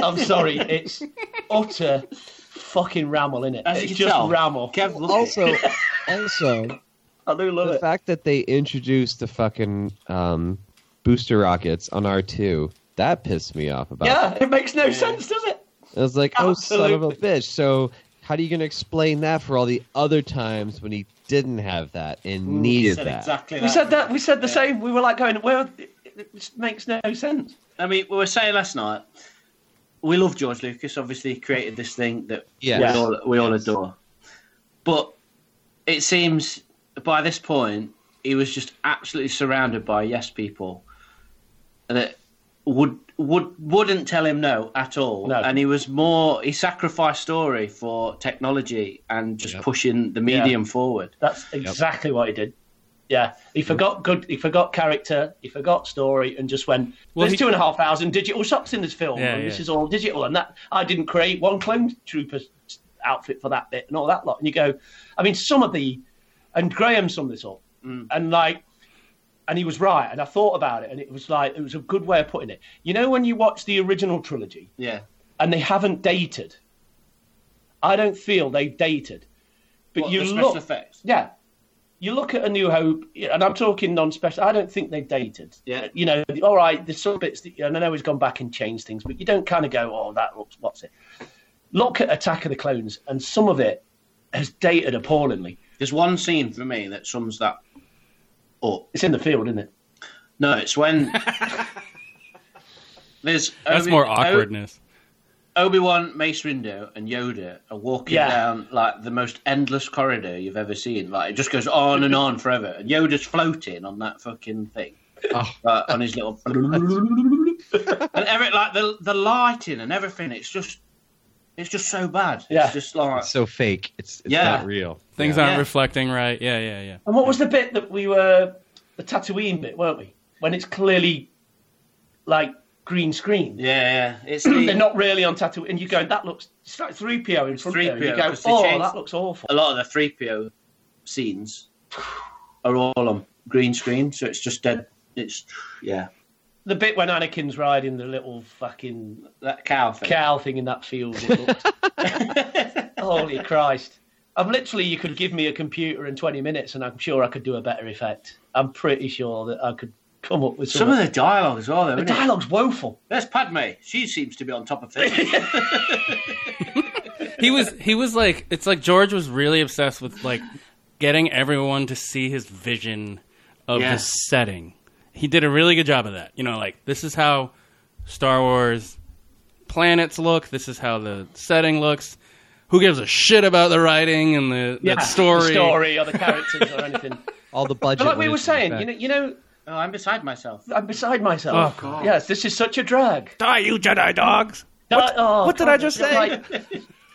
Speaker 8: I'm sorry, it's utter fucking ramble, innit?
Speaker 9: As you
Speaker 8: It's
Speaker 9: can
Speaker 8: just
Speaker 9: tell,
Speaker 8: ramble.
Speaker 9: Kev loves
Speaker 6: Also,
Speaker 9: it.
Speaker 6: also,
Speaker 8: I do love
Speaker 6: the
Speaker 8: it.
Speaker 6: fact that they introduced the fucking um, booster rockets on R two that pissed me off. About
Speaker 8: Yeah, it makes no sense, does it?
Speaker 6: it. I was like, oh son of a bitch. So how do you gonna explain that for all the other times when he didn't have that and needed
Speaker 9: Said
Speaker 6: that?
Speaker 9: exactly
Speaker 8: We
Speaker 9: that.
Speaker 8: said that. We said the same. We were like going, well, it, it just makes no sense.
Speaker 9: I mean, we were saying last night. We love George Lucas. Obviously, he created this thing that
Speaker 6: Yes.
Speaker 9: we all we all adore. But it seems by this point he was just absolutely surrounded by yes people that would would wouldn't tell him no at all.
Speaker 8: No.
Speaker 9: And he was more he sacrificed story for technology and just
Speaker 6: Yep.
Speaker 9: pushing the medium forward.
Speaker 8: That's exactly what he did. Yeah, he
Speaker 7: Mm.
Speaker 8: forgot good. He forgot character. He forgot story, and just went.
Speaker 7: Well,
Speaker 8: There's
Speaker 7: he-
Speaker 8: two and a half thousand digital shots in this film,
Speaker 7: Yeah,
Speaker 8: and this
Speaker 7: yeah.
Speaker 8: is all digital. And that I didn't create one clone trooper s- outfit for that bit and all that lot. And you go, I mean, some of the, and Graham summed this up, and like, and he was right. And I thought about it, and it was like it was a good way of putting it. You know, when you watch the original trilogy,
Speaker 9: Yeah.
Speaker 8: and they haven't dated. I don't feel they've dated. But
Speaker 9: What,
Speaker 8: you
Speaker 9: the special
Speaker 8: look,
Speaker 9: effects.
Speaker 8: yeah, you look at A New Hope, and I'm talking non-special. I don't think they've dated. Uh,
Speaker 9: Yeah.
Speaker 8: you know, all right, there's some bits that, and I know he's gone back and changed things, but you don't kind of go, oh, that looks what's it. Look at Attack of the Clones, and some of it has dated appallingly.
Speaker 9: There's one scene for me that sums that up.
Speaker 8: Oh, It's in the field, isn't it?
Speaker 9: No, it's when there's
Speaker 7: That's
Speaker 9: Obi-
Speaker 7: more
Speaker 9: O-
Speaker 7: awkwardness.
Speaker 9: Obi Wan, Mace Windu, and Yoda are walking
Speaker 8: Yeah.
Speaker 9: down like the most endless corridor you've ever seen. Like it just goes on and on forever. And Yoda's floating on that fucking thing,
Speaker 6: Oh.
Speaker 9: like, on his little, and every like the the lighting and everything. It's just, it's just so bad.
Speaker 8: Yeah.
Speaker 9: It's just like
Speaker 6: It's so fake. It's, it's
Speaker 9: Yeah.
Speaker 6: not real.
Speaker 7: Things
Speaker 6: yeah.
Speaker 7: aren't
Speaker 9: Yeah.
Speaker 7: reflecting right. Yeah, yeah, yeah.
Speaker 8: And what was the bit that we were the Tatooine bit, weren't we? When it's clearly like green screen.
Speaker 9: yeah, yeah. It's
Speaker 8: they're
Speaker 9: the,
Speaker 8: not really on tattoo, and you go, that looks it's like three PO in front of you. and You
Speaker 9: 3PO,
Speaker 8: go,
Speaker 9: 'cause they
Speaker 8: oh,
Speaker 9: changed-
Speaker 8: that looks awful.
Speaker 9: a lot of the three PO scenes are all on green screen, so it's just dead. It's yeah,
Speaker 8: The bit when Anakin's riding the little fucking
Speaker 9: that cow thing.
Speaker 8: cow thing in that field. it looked- Holy Christ! I'm literally, you could give me a computer in 20 minutes, and I'm sure I could do a better effect. I'm pretty sure that I could come up with
Speaker 9: Some of the dialogue as well, though.
Speaker 8: the
Speaker 9: isn't it?
Speaker 8: dialogue's woeful.
Speaker 9: There's Padme. She seems to be on top of things.
Speaker 7: he was he was like it's like George was really obsessed with like getting everyone to see his vision of
Speaker 9: Yeah.
Speaker 7: the setting. He did a really good job of that. You know, like this is how Star Wars planets look. This is how the setting looks. Who gives a shit about the writing and the that
Speaker 8: the
Speaker 7: story?
Speaker 8: story or the characters or anything.
Speaker 6: All the budget.
Speaker 8: But like
Speaker 6: went
Speaker 8: we were
Speaker 6: into the
Speaker 8: saying,
Speaker 6: fact-
Speaker 8: you know, you know,
Speaker 9: oh, I'm beside myself.
Speaker 8: I'm beside myself.
Speaker 7: Oh, God.
Speaker 8: Yes, this is such a drag.
Speaker 7: Die, you Jedi dogs!
Speaker 8: What,
Speaker 7: what did I just say?
Speaker 8: oh,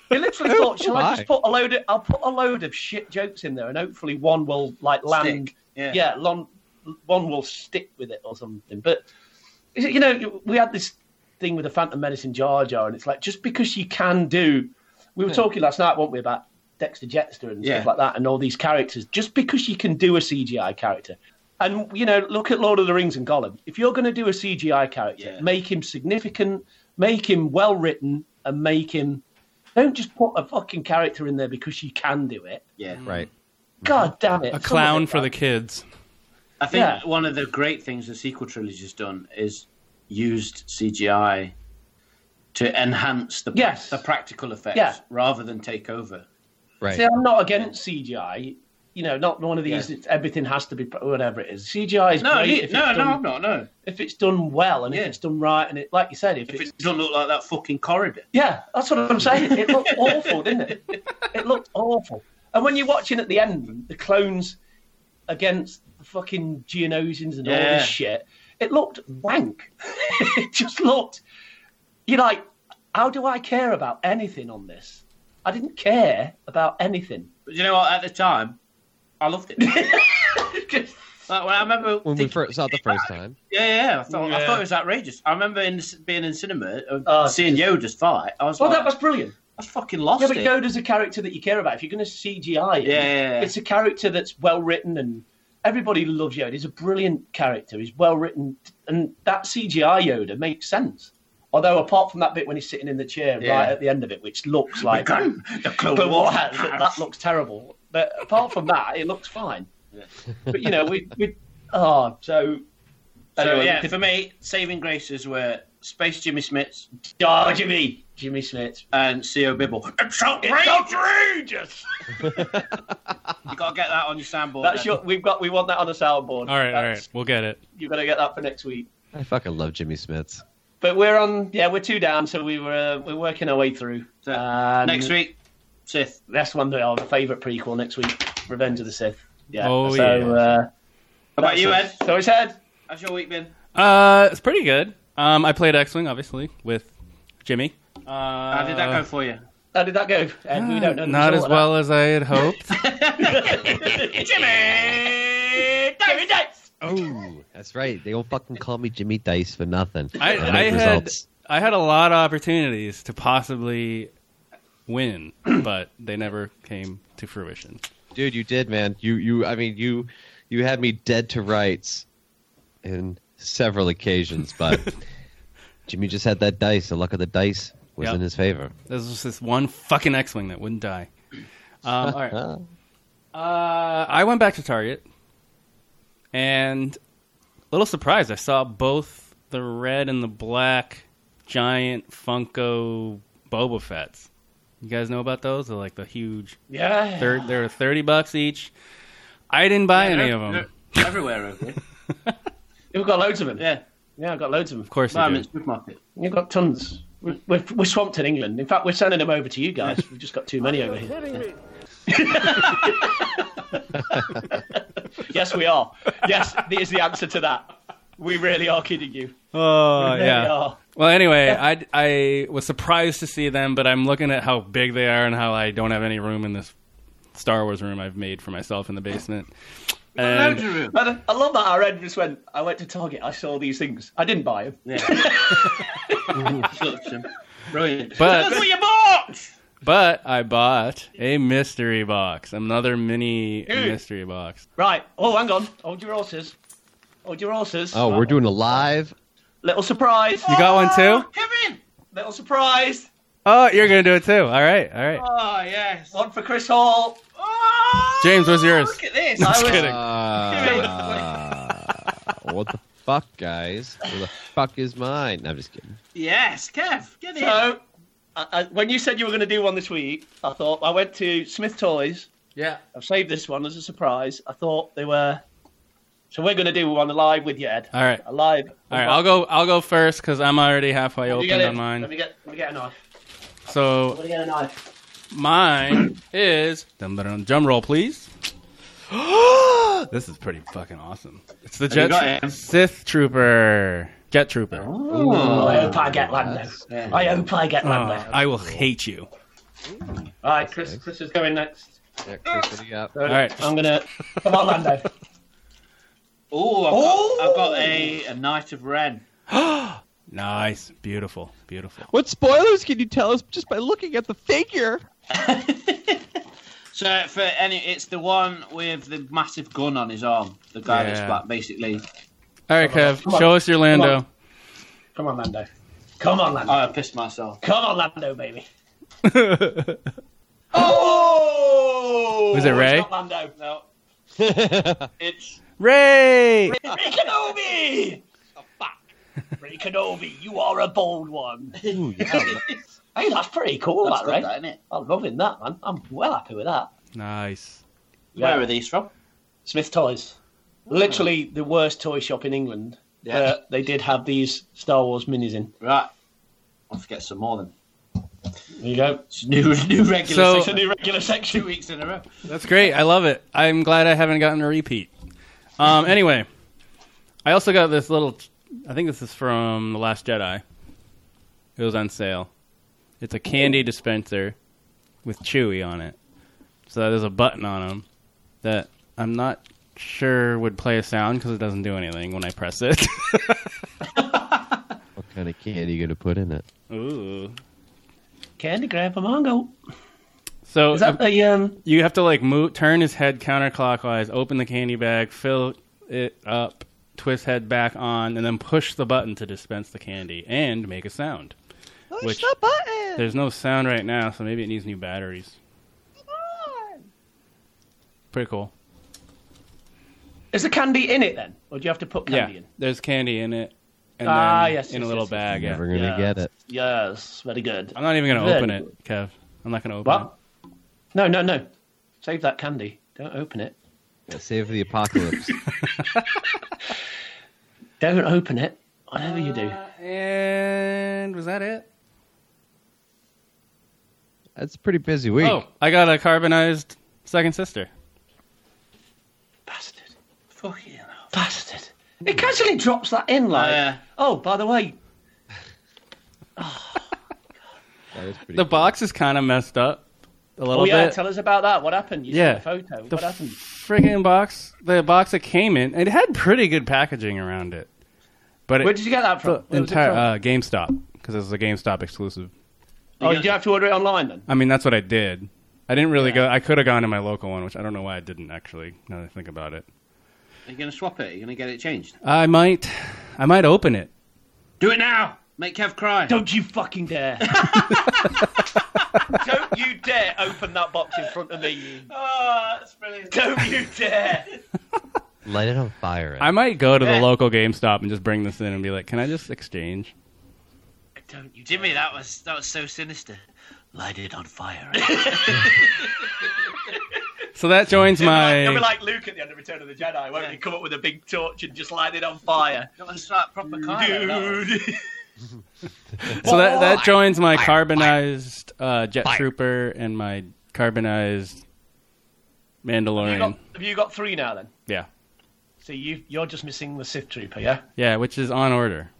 Speaker 8: he literally thought, "Shall I
Speaker 6: my.
Speaker 8: just put a load of? I'll put a load of shit jokes in there, and hopefully one will like land.
Speaker 9: Stick, yeah.
Speaker 8: lon- one will stick with it or something." But is it- you know, we had this thing with the Phantom Menace and Jar Jar, and it's like just because you can do. We were talking last night, weren't we, about Dexter Jetster and
Speaker 9: Hmm. Yeah.
Speaker 8: stuff like that, and all these characters. Just because you can do a CGI character, and you know, look at Lord of the Rings and Gollum. If you're going to do a CGI character,
Speaker 9: Yeah.
Speaker 8: make him significant, make him well written, and make him. Don't just put a fucking character in there because you can do it.
Speaker 9: Yeah.
Speaker 6: right?
Speaker 8: God damn it!
Speaker 7: A clown for the kids.
Speaker 9: I think
Speaker 8: Yeah.
Speaker 9: one of the great things the sequel trilogy has done is used CGI to enhance the
Speaker 8: Yes.
Speaker 9: the practical effects
Speaker 8: Yeah.
Speaker 9: rather than take over.
Speaker 6: Right.
Speaker 8: See, I'm not against CGI. You know, not one of these.
Speaker 9: Yeah.
Speaker 8: it's Everything has to be whatever it is. CGI is
Speaker 9: No,
Speaker 8: great
Speaker 9: you-
Speaker 8: if
Speaker 9: no,
Speaker 8: it's
Speaker 9: no,
Speaker 8: done,
Speaker 9: I'm not. No,
Speaker 8: If it's done well and
Speaker 9: Yeah.
Speaker 8: if it's done right, and it, like you said, if,
Speaker 9: if
Speaker 8: it's,
Speaker 9: it doesn't look like that fucking corridor.
Speaker 8: yeah, that's what I'm saying. It looked awful, didn't it? It looked awful. And when you're watching at the end, the clones against the fucking Geonosians and all
Speaker 9: Yeah.
Speaker 8: this shit, it looked wank. it just looked. You're like, how do I care about anything on this? I didn't care about anything.
Speaker 9: But you know what? At the time, I loved it. like, when I remember
Speaker 6: When we
Speaker 9: thinking-
Speaker 6: first saw it the first time,
Speaker 9: Yeah, yeah, I thought, I
Speaker 8: Yeah.
Speaker 9: thought it was outrageous. I remember in being in cinema, uh,
Speaker 8: Oh,
Speaker 9: seeing Yoda's fight. I was
Speaker 8: Well,
Speaker 9: like,
Speaker 8: that was brilliant.
Speaker 9: I fucking lost
Speaker 8: Yeah, but
Speaker 9: it.
Speaker 8: Yoda's a character that you care about. If you're going to CGI, him,
Speaker 9: Yeah, yeah, yeah.
Speaker 8: it's a character that's well written, and everybody loves Yoda. He's a brilliant character. He's well written, and that CGI Yoda makes sense. Although, apart from that bit when he's sitting in the chair
Speaker 9: Yeah.
Speaker 8: right at the end of it, which looks like
Speaker 9: Gun, the Clone
Speaker 8: but
Speaker 9: Wars.
Speaker 8: what has- that, that looks terrible. But apart from that, it looks fine. But you know, we we oh so.
Speaker 9: So
Speaker 8: Anyway,
Speaker 9: yeah,
Speaker 8: you could-
Speaker 9: for me, saving graces were Space Jimmy Smits
Speaker 8: oh, Jimmy, Jimmy Smith.
Speaker 9: and CO Bibble. It's outrageous!
Speaker 8: outrageous.
Speaker 9: You gotta get that on your soundboard.
Speaker 8: That's
Speaker 9: then.
Speaker 8: your. We've got. We want that on a soundboard.
Speaker 7: All right, all
Speaker 8: That's-
Speaker 7: right, we'll get it.
Speaker 8: you got to get that for next week.
Speaker 6: I fucking love Jimmy Smiths.
Speaker 8: But we're on, yeah, we're two down, so we were uh, we're working our way through.
Speaker 9: So,
Speaker 8: And
Speaker 9: next week, Sith.
Speaker 8: that's one of our favourite prequel next week, Revenge of the Sith. Yeah.
Speaker 7: Oh,
Speaker 8: so,
Speaker 7: yeah.
Speaker 8: Uh,
Speaker 9: How about
Speaker 8: that's
Speaker 9: you,
Speaker 8: it.
Speaker 9: Ed?
Speaker 8: So it's Ed.
Speaker 9: How's your week been?
Speaker 7: Uh, it's pretty good. Um, I played X Wing, obviously, with Jimmy. Uh,
Speaker 9: How did that go for you?
Speaker 8: How did that go? Ed, we don't know. the
Speaker 7: Ah, Not as
Speaker 8: result of
Speaker 7: well as I had hoped.
Speaker 8: that. Jimmy Dice!
Speaker 6: Oh, that's right. They don't fucking call me Jimmy Dice for nothing.
Speaker 7: I,
Speaker 6: make
Speaker 7: I had I had a lot of opportunities to possibly win, but they never came to fruition.
Speaker 6: dude, you did, man. You, you. I mean, you, you had me dead to rights, in several occasions. But Jimmy just had that dice. The luck of the dice was
Speaker 7: Yep.
Speaker 6: in his favor.
Speaker 7: There's just this one fucking X Wing that wouldn't die. Um, all right.
Speaker 6: Huh?
Speaker 7: Uh, I went back to Target, and a little surprised, I saw both the red and the black giant Funko Boba Fett's. You guys know about those? They're like the huge.
Speaker 8: Yeah.
Speaker 7: They're, they're thirty bucks each. I didn't buy any of them.
Speaker 9: They're everywhere over here.
Speaker 8: We've got loads of them.
Speaker 9: Yeah,
Speaker 8: Yeah, I've got loads of them.
Speaker 7: Of course, you
Speaker 9: I'm in
Speaker 7: did.
Speaker 9: supermarket.
Speaker 8: You've got tons. We're, we're, we're swamped in England. In fact, we're sending them over to you guys. We've just got too many over here. yes, we are. Yes, is the answer to that. We really are kidding you.
Speaker 7: Oh
Speaker 8: Really
Speaker 7: yeah.
Speaker 8: are.
Speaker 7: Well, anyway, I, I was surprised to see them, but I'm looking at how big they are and how I don't have any room in this Star Wars room I've made for myself in the basement. And-
Speaker 9: Loads of room.
Speaker 8: Um, But I love that our end just went. I went to Target. I saw these things. I didn't buy them.
Speaker 9: Absorption. Brilliant.
Speaker 7: But-
Speaker 9: Look what you bought!
Speaker 7: But I bought a mystery box, another mini mystery box.
Speaker 8: Right. Oh, hang on. Hold your horses. Hold your horses.
Speaker 6: Oh, we're doing a live.
Speaker 8: Little surprise. Oh,
Speaker 7: You got one too?
Speaker 9: Kevin!
Speaker 8: Little surprise.
Speaker 7: Oh, you're gonna do it too. All right, all right.
Speaker 9: Oh, yes.
Speaker 8: One for Chris Hall.
Speaker 9: Oh,
Speaker 7: James, what's yours?
Speaker 9: Look at this.
Speaker 8: I
Speaker 7: Just
Speaker 8: was-
Speaker 7: kidding.
Speaker 6: Uh, what the fuck, guys? Where the fuck is mine? No, I'm just kidding.
Speaker 9: Yes, Kev, get in.
Speaker 8: So, I, I, when you said you were going to do one this week, I thought I went to Smith Toys.
Speaker 7: Yeah.
Speaker 8: I've saved this one as a surprise. I thought they were. So we're going to do one live with you, Ed.
Speaker 7: All right.
Speaker 8: A live.
Speaker 7: All right, I'll go. I'll go first because I'm already halfway
Speaker 8: Let
Speaker 7: open
Speaker 8: me get it.
Speaker 7: on
Speaker 8: Let
Speaker 7: mine.
Speaker 8: me get. Let me get a knife. Let
Speaker 7: So
Speaker 8: me get a knife.
Speaker 7: mine is dum, dum, dum, drum roll, please. this is pretty fucking awesome. It's the
Speaker 9: you
Speaker 7: Jet
Speaker 9: got it,
Speaker 7: Tro-
Speaker 9: Em?
Speaker 7: Sith Trooper. Jet Trooper.
Speaker 8: Oh, I hope I get Lando.
Speaker 6: that's-
Speaker 8: I hope I get
Speaker 7: Oh,
Speaker 8: Lando.
Speaker 7: I will hate you.
Speaker 8: All right, Chris. Chris is going next.
Speaker 6: Yeah, Chris, what do you got?
Speaker 8: All
Speaker 7: right.
Speaker 8: I'm gonna. Come on, Lando.
Speaker 9: Oh, I've, Got, I've got a, a Knight of Ren.
Speaker 7: Nice, beautiful, beautiful.
Speaker 6: What spoilers can you tell us just by looking at the figure?
Speaker 9: So for any, it's the one with the massive gun on his arm. The guy that's
Speaker 7: Yeah.
Speaker 9: black, basically.
Speaker 7: All right,
Speaker 8: Come on.
Speaker 7: Kev, show us your Lando.
Speaker 8: Come on, Lando. Come on, Lando.
Speaker 9: Oh, I pissed myself.
Speaker 8: Come on, Lando, baby.
Speaker 7: All
Speaker 8: Oh!
Speaker 7: Was it Ray?
Speaker 8: It's not Lando. No. It's
Speaker 7: Ray.
Speaker 8: Ray Kenobi! Oh, fuck. Ray Kenobi, you are a bold one.
Speaker 6: Ooh, yeah.
Speaker 8: Hey, that's pretty cool,
Speaker 9: That's
Speaker 8: that,
Speaker 9: good,
Speaker 8: Ray.
Speaker 9: that, isn't it?
Speaker 8: I'm loving that, man. I'm well happy with that.
Speaker 7: Nice.
Speaker 8: Yeah.
Speaker 9: Where are these from?
Speaker 8: Smith Toys. Literally the worst toy shop in England.
Speaker 9: Yeah.
Speaker 8: where they did have these Star Wars minis in.
Speaker 9: Right. I'll forget some more then.
Speaker 8: There you go.
Speaker 9: It's new, new regular
Speaker 7: So-
Speaker 9: so,
Speaker 8: It's a new regular section.
Speaker 9: two weeks in a row.
Speaker 7: That's great. I love it. I'm glad I haven't gotten a repeat. Um, anyway, I also got this little. I think this is from The Last Jedi. It was on sale. It's a candy dispenser with Chewy on it. So there's a button on them that I'm not sure would play a sound because it doesn't do anything when I press it.
Speaker 6: What kind of candy you gonna put in it?
Speaker 7: Ooh.
Speaker 8: Candy grab a mango.
Speaker 7: So
Speaker 8: Is that the um?
Speaker 7: You have to like move, turn his head counterclockwise, open the candy bag, fill it up, twist head back on, and then push the button to dispense the candy and make a sound. Push the button. There's no sound right now, so maybe it needs new batteries. Pretty cool.
Speaker 8: Is the candy in it then, or do you have to put candy
Speaker 7: yeah,
Speaker 8: in?
Speaker 7: there's candy in it, and
Speaker 8: Ah,
Speaker 7: then
Speaker 8: yes,
Speaker 7: in a
Speaker 8: yes,
Speaker 7: little
Speaker 8: yes, yes.
Speaker 7: bag. yeah.
Speaker 6: Never gonna
Speaker 8: Yeah.
Speaker 6: get it.
Speaker 8: Yes, very good.
Speaker 7: I'm not even gonna
Speaker 8: Very
Speaker 7: open it, Kev. I'm not gonna open
Speaker 8: What? No, no, no. Save that candy. Don't open it.
Speaker 6: Yeah, save for the apocalypse.
Speaker 8: Don't open it. Whatever you do.
Speaker 7: it. And was that it?
Speaker 6: That's a pretty busy week.
Speaker 7: Oh, I got a carbonized second sister.
Speaker 8: Bastard.
Speaker 9: Fucking hell.
Speaker 8: Bastard. It casually drops that in like,
Speaker 9: yeah.
Speaker 8: oh, by the way,
Speaker 6: That is pretty
Speaker 7: The
Speaker 6: cool.
Speaker 7: box is kind of messed up a little
Speaker 8: oh yeah,
Speaker 7: bit.
Speaker 8: tell us about that. What happened? You
Speaker 7: Yeah.
Speaker 8: sent a photo.
Speaker 7: The
Speaker 8: what happened?
Speaker 7: Friggin' box, the box that came in, it had pretty good packaging around it, but it,
Speaker 8: Where did you get that from?
Speaker 7: the
Speaker 8: Where was it
Speaker 7: entire
Speaker 8: from?
Speaker 7: uh, GameStop because it was a GameStop exclusive.
Speaker 8: oh, did you have to order it online then?
Speaker 7: I mean, that's what I did. I didn't really go. I could have gone to my local one, which I don't know why I didn't actually. Now that I think about it,
Speaker 9: Are you going to swap it? Are you going to get it changed?
Speaker 7: I might, I might open it.
Speaker 9: Do it now! Make Kev cry.
Speaker 8: Don't you fucking dare. Don't you dare open that box in front of me. you-
Speaker 9: Oh, that's brilliant.
Speaker 8: Don't you dare.
Speaker 6: Light it on fire.
Speaker 7: I might go to the
Speaker 8: Eh.
Speaker 9: Yeah.
Speaker 7: local GameStop and just bring this in and be like, "Can I just exchange?"
Speaker 8: Don't you
Speaker 9: Jimmy, that was that was so sinister. Light it on fire.
Speaker 7: So that joins my.
Speaker 8: You'll be like Luke at the end of Return of the Jedi, won't you? Come up with a big torch and just light it on fire.
Speaker 9: that was like proper Kylo. that was.
Speaker 8: Dude.
Speaker 7: So that that joins my carbonized uh, jet trooper and my carbonized
Speaker 8: Have you,
Speaker 7: Mandalorian.
Speaker 8: got, have you got three now then?
Speaker 7: Yeah,
Speaker 8: So you you're just missing the Sith Trooper, yeah?
Speaker 7: yeah, which is on order.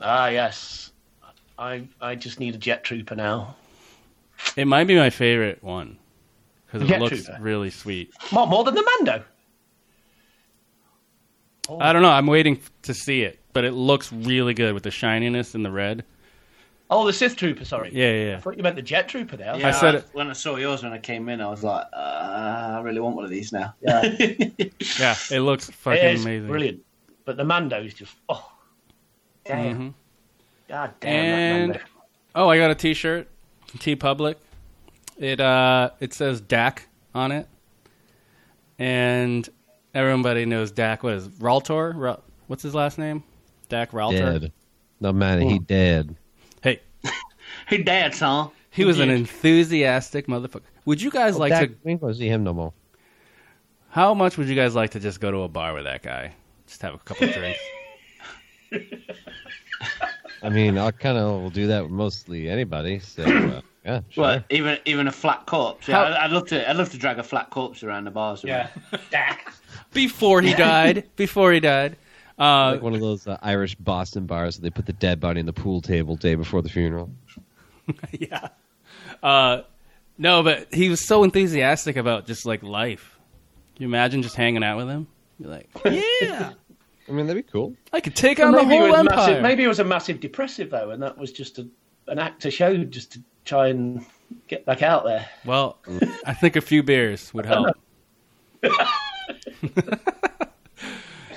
Speaker 8: Ah yes. I I just need a jet trooper now.
Speaker 7: It might be my favorite one because it
Speaker 8: Jet
Speaker 7: looks
Speaker 8: Trooper.
Speaker 7: really sweet.
Speaker 8: More more than the Mando.
Speaker 7: I don't know. I'm waiting f- to see it, but it looks really good with the shininess and the red.
Speaker 8: Oh, the Sith Trooper, sorry.
Speaker 7: Yeah, yeah.
Speaker 8: I
Speaker 7: yeah.
Speaker 8: thought you meant the jet trooper there.
Speaker 9: Yeah,
Speaker 7: I said it-
Speaker 9: when I saw yours when I came in, I was like, uh, I really want one of these now. Yeah.
Speaker 8: Mm-hmm.
Speaker 7: Yeah, it looks fucking
Speaker 8: it is
Speaker 7: amazing.
Speaker 8: brilliant. But the Mando is just oh damn.
Speaker 7: Mhm.
Speaker 8: God damn
Speaker 7: And-
Speaker 8: that Mando.
Speaker 7: Oh, I got a T-shirt, from T Public. It uh, it says DAC on it, and everybody knows Dak. What is it, Raltor? Ra- What's his last name? Dak Raltor.
Speaker 6: Dead. No matter,
Speaker 7: Hmm.
Speaker 6: he dead.
Speaker 7: Hey,
Speaker 9: Hey, Dad, son.
Speaker 7: he was an enthusiastic motherfucker. Would you guys like
Speaker 6: Dak,
Speaker 7: to?
Speaker 6: we ain't gonna see him no more.
Speaker 7: How much would you guys like to just go to a bar with that guy? Just have a couple drinks.
Speaker 6: I mean, I kind of will do that with mostly anybody. So uh, yeah, sure.
Speaker 9: What? Even even a flat corpse. Yeah,
Speaker 7: How-
Speaker 9: I'd, I'd love to. I'd love to drag a flat corpse around the bars.
Speaker 8: Yeah. Dak.
Speaker 7: Before he died. Before he died. Uh,
Speaker 6: like one of those uh, Irish Boston bars that they put the dead body in the pool table day before the funeral.
Speaker 7: yeah. Uh, no, but he was so enthusiastic about just like life. Can you imagine just hanging out with him? You're like, yeah,
Speaker 6: I mean, that'd be cool.
Speaker 7: I could take on the
Speaker 8: maybe, he
Speaker 7: whole
Speaker 8: was
Speaker 7: empire.
Speaker 8: massive, maybe he was a massive depressive though, and that was just a, an act to show just to try and get back out there.
Speaker 7: Well, I think a few beers would help.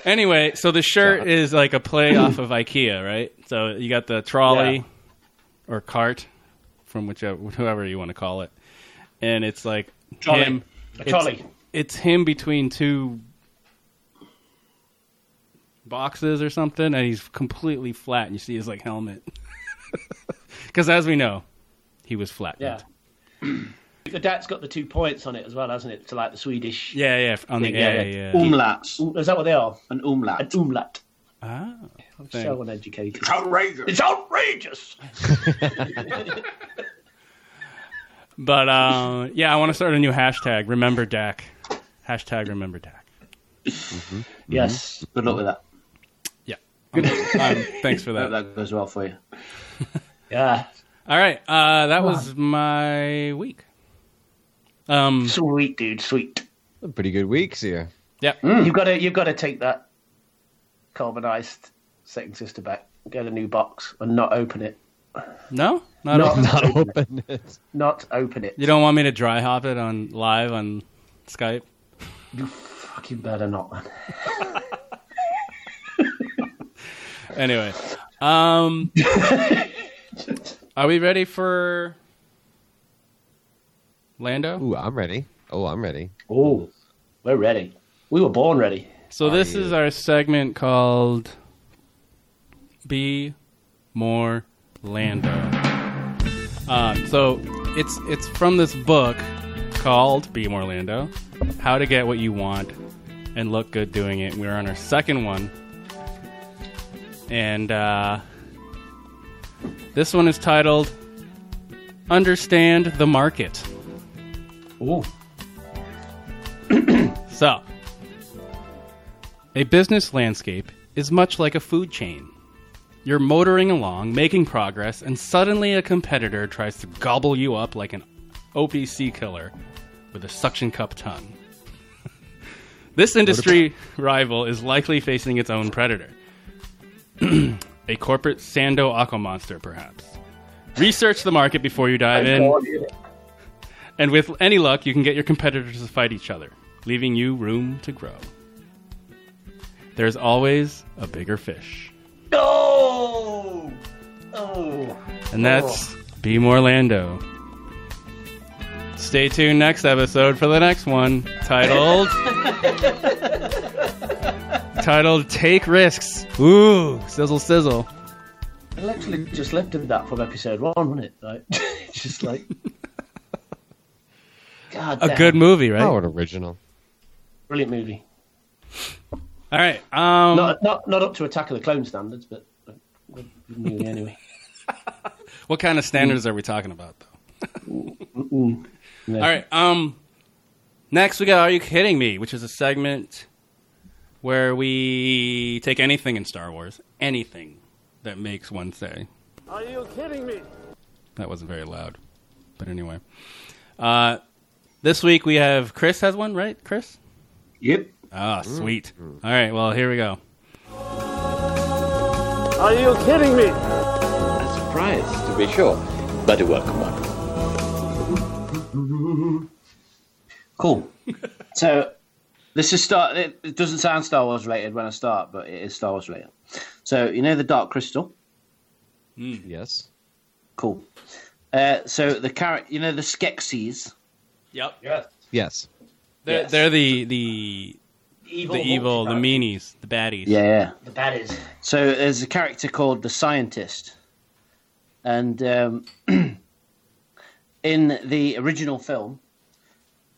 Speaker 7: anyway, so the shirt is like a play off of IKEA, right? So you got the trolley
Speaker 8: Yeah.
Speaker 7: or cart from whichever whoever you want to call it, and it's like
Speaker 9: Trolley.
Speaker 7: him.
Speaker 8: A trolley.
Speaker 7: It's him between two boxes or something, and he's completely flat, and you see his like helmet. Because as we know, he was flat.
Speaker 8: Yeah. the Dak's got the two points on it as well, hasn't it? To like the Swedish.
Speaker 7: Yeah, yeah, on the yeah, yeah. yeah.
Speaker 9: Umlats.
Speaker 8: Is that what they are?
Speaker 9: An
Speaker 8: An
Speaker 9: umlat.
Speaker 8: umlaut.
Speaker 7: Ah,
Speaker 8: I'm
Speaker 7: Thing.
Speaker 8: so uneducated.
Speaker 5: Outrageous.
Speaker 8: It's outrageous.
Speaker 7: but uh, yeah, I want to start a new hashtag. Remember Dak. Hashtag remember Dak.
Speaker 8: Yes.
Speaker 9: Good luck with that.
Speaker 7: Yeah. Um, um, thanks for that.
Speaker 9: Hope that goes well for you.
Speaker 8: Yeah.
Speaker 7: All right, uh, that was my week. Um,
Speaker 8: Sweet dude, sweet.
Speaker 6: Some pretty good weeks here.
Speaker 7: Hmm?
Speaker 8: You've got to you've got to take that carbonized second sister back. Get a new box and not open it.
Speaker 7: no, not
Speaker 8: No.
Speaker 7: all.
Speaker 6: Not open. It's
Speaker 8: Not open it.
Speaker 7: You don't want me to dry hop it on live on Skype?
Speaker 8: Fucking better not, man.
Speaker 7: Anyway, um, are we ready for Lando?
Speaker 6: Ooh, I'm ready. Oh, I'm ready.
Speaker 8: Oh, we're ready. We were born ready.
Speaker 7: So this is our segment called "Be More Lando." Uh, so it's it's from this book called "Be More Lando: How to Get What You Want and Look Good Doing It." We're on our second one, and uh, this one is titled "Understand the Market."
Speaker 8: Oh,
Speaker 7: So, a business landscape is much like a food chain. You're motoring along, making progress, and suddenly a competitor tries to gobble you up like an OPC killer with a suction cup tongue. this industry rival is likely facing its own predator a corporate Sando Aqua Monster, perhaps. Research the market before you dive in. And with any luck, you can get your competitors to fight each other, leaving you room to grow. There's always a bigger fish.
Speaker 8: no! Oh,
Speaker 7: And that's Be More Lando. Stay tuned next episode for the next one titled titled Take Risks. Ooh, sizzle sizzle.
Speaker 8: I literally just left him that from episode one, wasn't it? Like, just like. God,
Speaker 7: A
Speaker 8: damn,
Speaker 7: good movie, right?
Speaker 6: Oh, an original.
Speaker 8: brilliant movie.
Speaker 7: All right. Um
Speaker 8: Not, not not up to Attack of the Clone standards, but a good movie anyway.
Speaker 7: what kind of standards are we talking about though?
Speaker 8: Mm. Yeah.
Speaker 7: All right. Um, next we got "Are You Kidding Me," which is a segment where we take anything in Star Wars, anything that makes one say, "Are you kidding me?" That wasn't very loud, but anyway. Uh, this week we have Chris has one, right? Chris?
Speaker 9: Yep.
Speaker 7: Ah,
Speaker 9: Mm-hmm.
Speaker 7: sweet. All right. Well, here we go.
Speaker 10: Surprise, to be sure, but a welcome one.
Speaker 9: Cool. so Uh, this is Star. It, it doesn't sound Star Wars related when I start, but it is Star Wars related. So you know the Dark Crystal.
Speaker 6: Yes.
Speaker 9: Cool. Uh, so the character, you know the Skeksis.
Speaker 7: Yep.
Speaker 6: Yes.
Speaker 7: They're, they're the the
Speaker 8: evil.
Speaker 7: the evil, the meanies, the baddies.
Speaker 9: Yeah, yeah.
Speaker 8: The baddies.
Speaker 9: So there's a character called the scientist, and um, in the original film,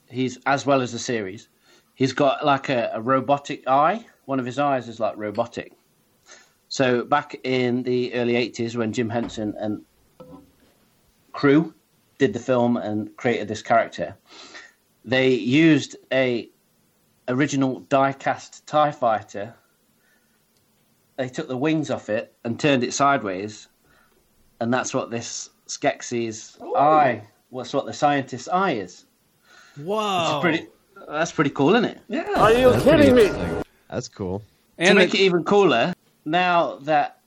Speaker 9: he's as well as the series, he's got like a, a robotic eye. One of his eyes is like robotic. So back in the early '80s, when Jim Henson and crew did the film and created this character, they used a original die-cast Tie Fighter they took the wings off it and turned it sideways, and that's what this Skeksis eye. What's what the scientist's eye is.
Speaker 7: Whoa! Oh.
Speaker 9: It's pretty. That's pretty cool, isn't it?
Speaker 8: Yeah.
Speaker 6: That's pretty interesting. That's cool.
Speaker 9: to
Speaker 7: and
Speaker 9: make
Speaker 7: it-
Speaker 9: it even cooler, now that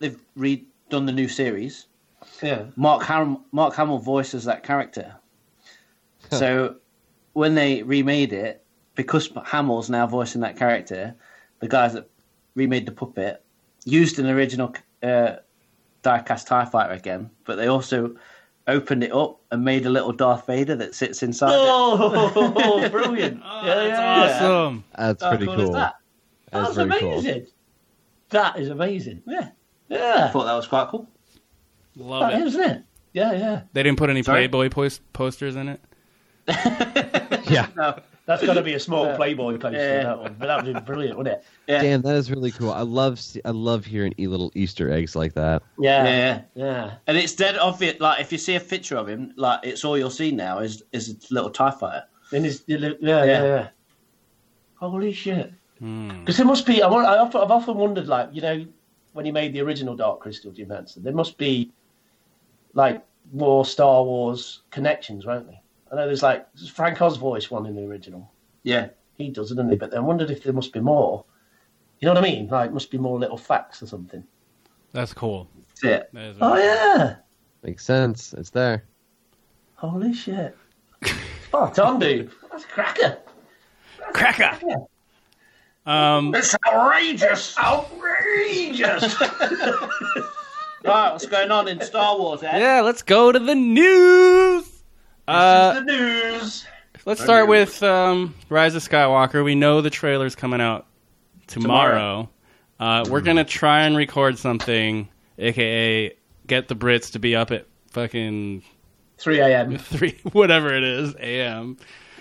Speaker 9: they've redone the new series,
Speaker 8: yeah.
Speaker 9: Mark Ham- Mark Hamill voices that character. so when they remade it, because Hamill's now voicing that character, the guys that remade the puppet used an original uh, diecast Tie Fighter again, but they also opened it up and made a little Darth Vader that sits inside. it.
Speaker 8: Oh, brilliant! yeah, yeah, yeah.
Speaker 7: awesome.
Speaker 6: That's
Speaker 9: How
Speaker 6: pretty
Speaker 9: cool
Speaker 6: cool.
Speaker 9: is that?
Speaker 8: That's
Speaker 6: very
Speaker 8: amazing. That is amazing.
Speaker 9: Yeah, I
Speaker 8: Yeah,
Speaker 9: thought that was quite cool.
Speaker 7: Love
Speaker 8: that
Speaker 7: it.
Speaker 8: is, isn't it? Yeah, yeah.
Speaker 7: They didn't put any
Speaker 9: Sorry?
Speaker 7: Playboy post- posters in it.
Speaker 6: cool. Yeah.
Speaker 8: That's got to be a small Playboy poster.
Speaker 9: Yeah.
Speaker 8: That one, but that would be brilliant, wouldn't it?
Speaker 9: Yeah.
Speaker 6: Damn, that is really cool. I love se- I love hearing e- little Easter eggs like that.
Speaker 8: Yeah,
Speaker 9: Yeah.
Speaker 8: yeah.
Speaker 9: And it's dead obvious. Like if you see a picture of him, like it's all you'll see now is is a little Tie Fighter.
Speaker 8: Then his, yeah, yeah,
Speaker 9: Yeah.
Speaker 8: yeah, Holy shit!
Speaker 7: Hmm.
Speaker 8: Because there must be. I want, I often, I've often wondered, like you know, when he made the original Dark Crystal, Jim Henson, there must be like more Star Wars connections, won't there? I know there's like there's Frank Oz voice one in the original.
Speaker 9: Yeah.
Speaker 8: He does, doesn't he? But then I wondered if there must be more. You know what I mean? Like must be more little facts or something.
Speaker 7: That's cool.
Speaker 9: That's it.
Speaker 7: That is
Speaker 8: Oh yeah!
Speaker 6: Makes sense. It's there.
Speaker 8: Holy shit! oh, Tom, dude, that's a cracker.
Speaker 7: Cracker. Um,
Speaker 8: It's outrageous! Outrageous!
Speaker 9: Right, what's going on in Star Wars? Ed?
Speaker 7: yeah, let's go to the news. Uh,
Speaker 8: the news.
Speaker 7: let's start with um, Rise of Skywalker. We know the trailer's coming out tomorrow. Uh, we're gonna try and record something, aka get the Brits to be up at fucking
Speaker 8: 3 a.m.
Speaker 7: three, whatever it is, a.m.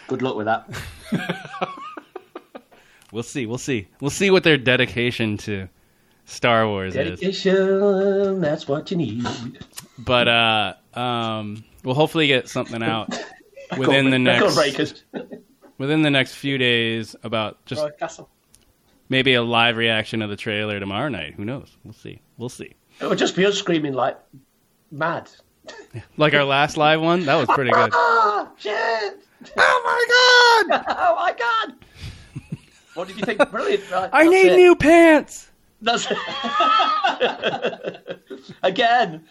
Speaker 9: Good luck with that.
Speaker 7: We'll see. We'll see. We'll see what their dedication to Star Wars is.
Speaker 8: Dedication, that's what you need.
Speaker 7: But uh, um, we'll hopefully get something out within the next
Speaker 8: Record breakers.
Speaker 7: within the next few days about just
Speaker 9: Castle.
Speaker 7: maybe a live reaction of the trailer tomorrow night. Who knows? We'll see. We'll see.
Speaker 8: It would just be us screaming like mad.
Speaker 7: Like our last live one, that was pretty good.
Speaker 8: Ah, shit! Oh my god! oh my god! What did you think? Brilliant, right?
Speaker 7: I
Speaker 8: that's
Speaker 7: need
Speaker 8: it.
Speaker 7: new pants.
Speaker 8: That's again,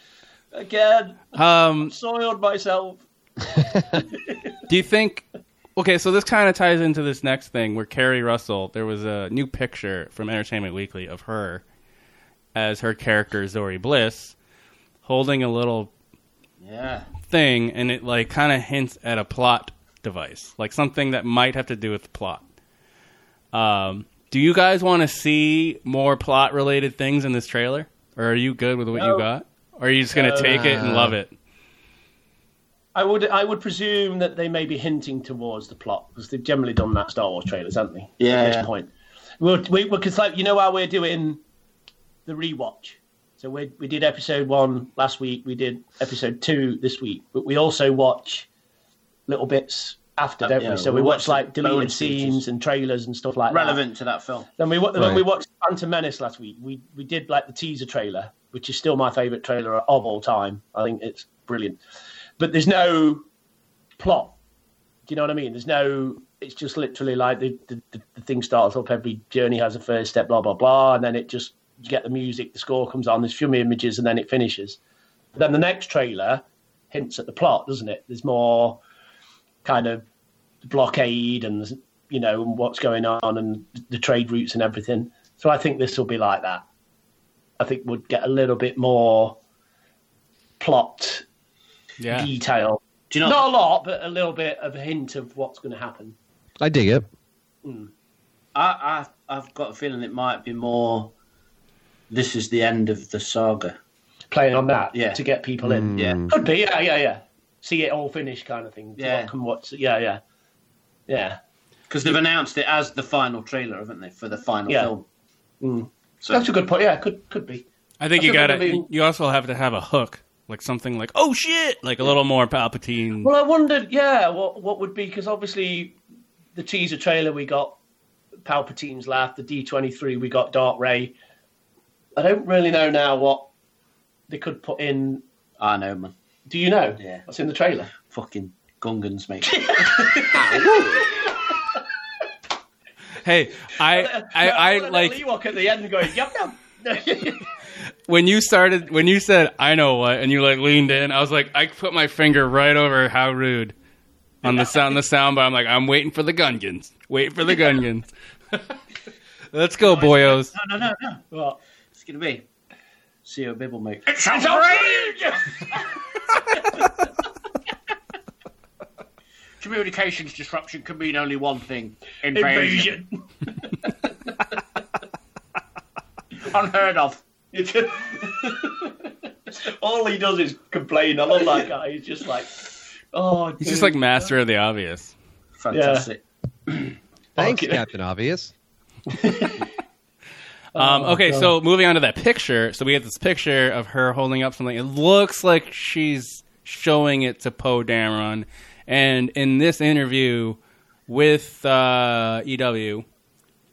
Speaker 8: again.
Speaker 7: Um,
Speaker 8: Soiled myself.
Speaker 7: do you think? Okay, so this kind of ties into this next thing where Carrie Russell. There was a new picture from Entertainment Weekly of her as her character Zori Bliss holding a little
Speaker 9: Yeah.
Speaker 7: thing and it like kind of hints at a plot device like something that might have to do with the plot um, do you guys want to see more plot related things in this trailer or are you good with what you
Speaker 8: No.
Speaker 7: got or are you just gonna
Speaker 8: No.
Speaker 7: take it and love it
Speaker 8: I would, I would presume that they may be hinting towards the plot because they've generally done that Star Wars trailers, haven't they?
Speaker 9: Yeah,
Speaker 8: At this
Speaker 9: yeah.
Speaker 8: point, we'll, we because like you know how we're doing the rewatch. So we we did episode one last week. We did episode two this week, but we also watch little bits after, don't
Speaker 9: Uh, yeah,
Speaker 8: we? So
Speaker 9: we
Speaker 8: we,
Speaker 9: watch
Speaker 8: watch
Speaker 9: the
Speaker 8: like deleted
Speaker 9: bonus features.
Speaker 8: scenes and trailers and stuff like that.
Speaker 9: Relevant to that film.
Speaker 8: Then we wa- when we
Speaker 6: Right.
Speaker 8: watched Phantom Menace last week. We we did like the teaser trailer, which is still my favorite trailer of all time. I think it's brilliant. But there's no plot. Do you know what I mean? There's no. It's just literally like the the, the, the thing starts up. Every journey has a first step. Blah blah blah, and then it just you get the music. The score comes on. There's a few images, and then it finishes. But then the next trailer hints at the plot, doesn't it? There's more kind of blockade and you know and what's going on and the trade routes and everything. So I think this will be like that. I think we'll get a little bit more plot
Speaker 7: yeah
Speaker 8: detail.
Speaker 9: Do you know?
Speaker 8: Not a lot, but a little bit of a hint of what's going to happen.
Speaker 6: I dig it.
Speaker 9: I, I I've got a feeling it might be more. This is the end of the saga.
Speaker 8: Playing on that
Speaker 9: Yeah.
Speaker 8: to get people in.
Speaker 9: Yeah.
Speaker 8: Could be, yeah, yeah, yeah. See it all finish kind of thing.
Speaker 9: Yeah.
Speaker 8: Yeah. What can what's, yeah, yeah. Yeah.
Speaker 9: Because they've announced it as the final trailer, haven't they, for the final
Speaker 8: Yeah.
Speaker 9: film?
Speaker 8: Mm.
Speaker 9: So-
Speaker 8: That's a good point. Yeah, could could be.
Speaker 7: I think
Speaker 8: I
Speaker 7: you
Speaker 8: think
Speaker 7: got
Speaker 8: it'll
Speaker 7: to.
Speaker 8: be-
Speaker 7: You also have to have a hook, like something like "Oh shit!" like a little more Palpatine.
Speaker 8: Well, I wondered, yeah, what what would be because obviously the teaser trailer we got Palpatine's laugh, the D twenty three we got Dark Ray. I don't really know now what they could put in.
Speaker 9: I know, man.
Speaker 8: Do you know?
Speaker 9: Yeah.
Speaker 8: What's in the trailer?
Speaker 9: Fucking Gungans, mate.
Speaker 7: Hey, I, I, I
Speaker 8: Little
Speaker 7: like
Speaker 8: Ewok at the end going yum yum.
Speaker 7: when you started when you said I know what and you like leaned in, I was like I put my finger right over how rude on the sound the sound but I'm like I'm waiting for the Gungans. Wait for the Gungans. Let's go boyos.
Speaker 9: no, no, no, no.
Speaker 8: What?
Speaker 9: It's gonna be CEO Bibble, mate.
Speaker 8: Sounds outrageous.
Speaker 9: Communications disruption can mean only one thing:
Speaker 8: Invasion.
Speaker 9: Unheard of.
Speaker 8: All he does is complain. I love that guy. He's just like, oh,
Speaker 7: He's just like master of the obvious.
Speaker 9: Fantastic.
Speaker 6: Thanks,
Speaker 8: Okay.
Speaker 6: Captain Obvious.
Speaker 7: Um, okay, so moving on to that picture. So we have this picture of her holding up something. It looks like she's showing it to Poe Dameron. And in this interview with uh, EW,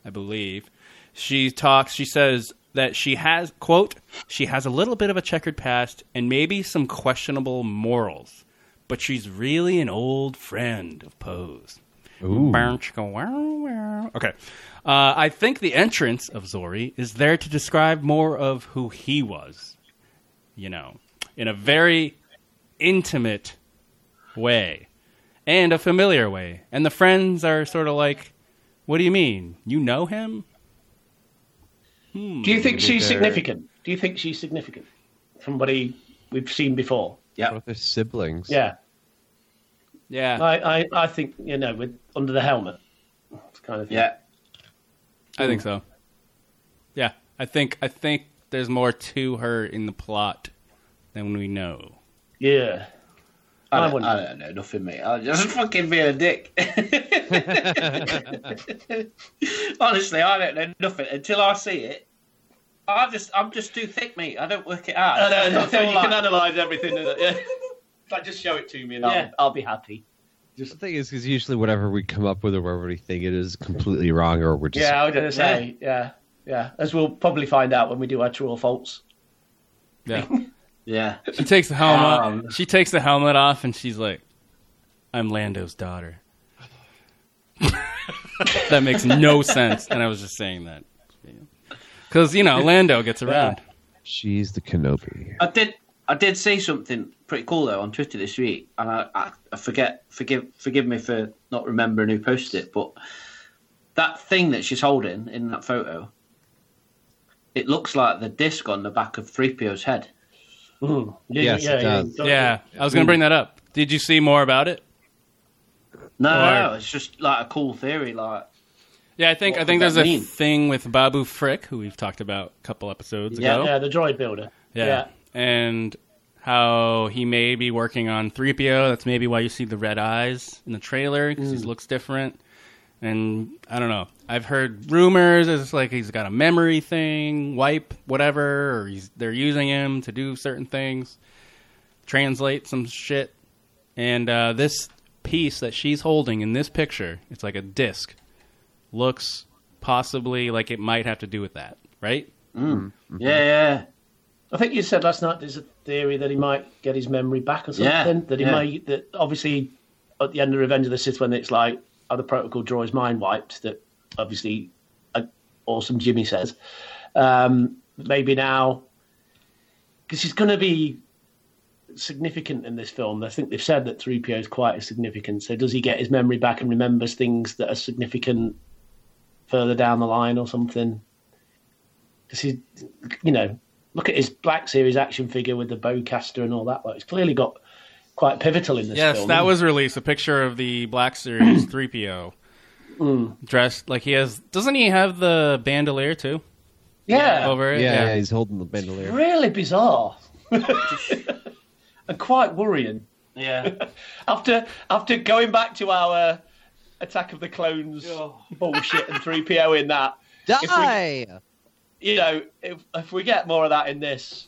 Speaker 7: I believe, she talks, she says that she has, quote, she has a little bit of a checkered past and maybe some questionable morals, but she's really an old friend of Poe's.
Speaker 6: Ooh.
Speaker 7: Okay. Uh, I think the entrance of Zori is there to describe more of who he was, you know, in a very intimate way and a familiar way. And the friends are sort of like, what do you mean? You know him?
Speaker 8: do you think she's
Speaker 6: they're-
Speaker 8: significant? Do you think she's significant? Somebody we've seen before.
Speaker 6: Both their siblings.
Speaker 8: Yeah,
Speaker 7: Yeah.
Speaker 8: I, I, I think you know, with under the helmet, kind of. Thing.
Speaker 9: Yeah.
Speaker 7: I think so. Yeah, I think I think there's more to her in the plot than we know.
Speaker 8: yeah.
Speaker 9: I
Speaker 8: I
Speaker 9: don't,
Speaker 8: wouldn't.
Speaker 9: I don't know nothing, mate. I'll just fucking be a dick. Honestly, I don't know nothing until I see it. I just, I'm just too thick, mate. I don't work it out.
Speaker 8: I know,
Speaker 9: That's all
Speaker 8: you can
Speaker 9: I-
Speaker 8: analyze everything. isn't it? Yeah. like, just show it to me, and
Speaker 9: Yeah.
Speaker 8: I'll, I'll be happy.
Speaker 6: The thing is, because usually whatever we come up with or whatever we think it is completely wrong, or we're just
Speaker 8: yeah, I was gonna say, yeah, yeah. As we'll probably find out when we do our true or false.
Speaker 7: Yeah.
Speaker 9: Yeah.
Speaker 7: She takes the helmet.
Speaker 9: Um,
Speaker 7: she takes the helmet off, and she's like, "I'm Lando's daughter." that makes no sense, and I was just saying that because you know Lando gets around.
Speaker 6: she's the Kenobi.
Speaker 9: I did. I did see something pretty cool though on Twitter this week, and I, I, I forget. Forgive forgive me for not remembering who posted it, but that thing that she's holding in that photo, it looks like the disc on the back of 3PO's head.
Speaker 8: Mm. Yeah,
Speaker 6: Yes, it does.
Speaker 7: Yeah, I was gonna bring that up. Did you see more about it?
Speaker 9: No, no,
Speaker 7: Or-
Speaker 9: no, it's just like a cool theory. Like,
Speaker 7: Yeah, I think
Speaker 9: What
Speaker 7: I think
Speaker 9: does
Speaker 7: there's
Speaker 9: that
Speaker 7: a
Speaker 9: mean?
Speaker 7: thing with Babu Frick, who we've talked about a couple episodes
Speaker 9: Yeah,
Speaker 7: ago.
Speaker 8: Yeah, the droid builder.
Speaker 7: Yeah.
Speaker 8: yeah.
Speaker 7: And how he may be working on 3PO. That's maybe why you see the red eyes in the trailer because he looks different. And I don't know. I've heard rumors. It's like he's got a memory thing, wipe, whatever, or he's, they're using him to do certain things, translate some shit. And uh, this piece that she's holding in this picture, it's like a disc, looks possibly like it might have to do with that, right?
Speaker 8: Mm-hmm.
Speaker 9: yeah, yeah,
Speaker 8: I think you said last night there's a theory that he might get his memory back or something.
Speaker 9: Yeah,
Speaker 8: that he
Speaker 9: yeah.
Speaker 8: might. That obviously, at the end of Revenge of the Sith, when it's like how the protocol draw his mind wiped, that obviously, uh, awesome Jimmy says, um, maybe now, because he's going to be significant in this film. I think they've said that three PO is quite as significant. So does he get his memory back and remembers things that are significant further down the line or something? Because he, you know, look at his Black Series action figure with the bowcaster and all that. Like, he's clearly got quite pivotal in this
Speaker 7: Yes,
Speaker 8: film.
Speaker 7: that was released. A picture of the Black Series 3PO
Speaker 8: Mm.
Speaker 7: dressed like he has. Doesn't he have the bandolier too?
Speaker 8: Yeah.
Speaker 7: Over
Speaker 6: Yeah,
Speaker 7: it.
Speaker 6: yeah. he's holding the bandolier.
Speaker 8: Really bizarre. and quite worrying.
Speaker 9: Yeah.
Speaker 8: After after going back to our Attack of the Clones bullshit and 3PO in that,
Speaker 6: Die!
Speaker 8: you know, if, if we get more of that in this,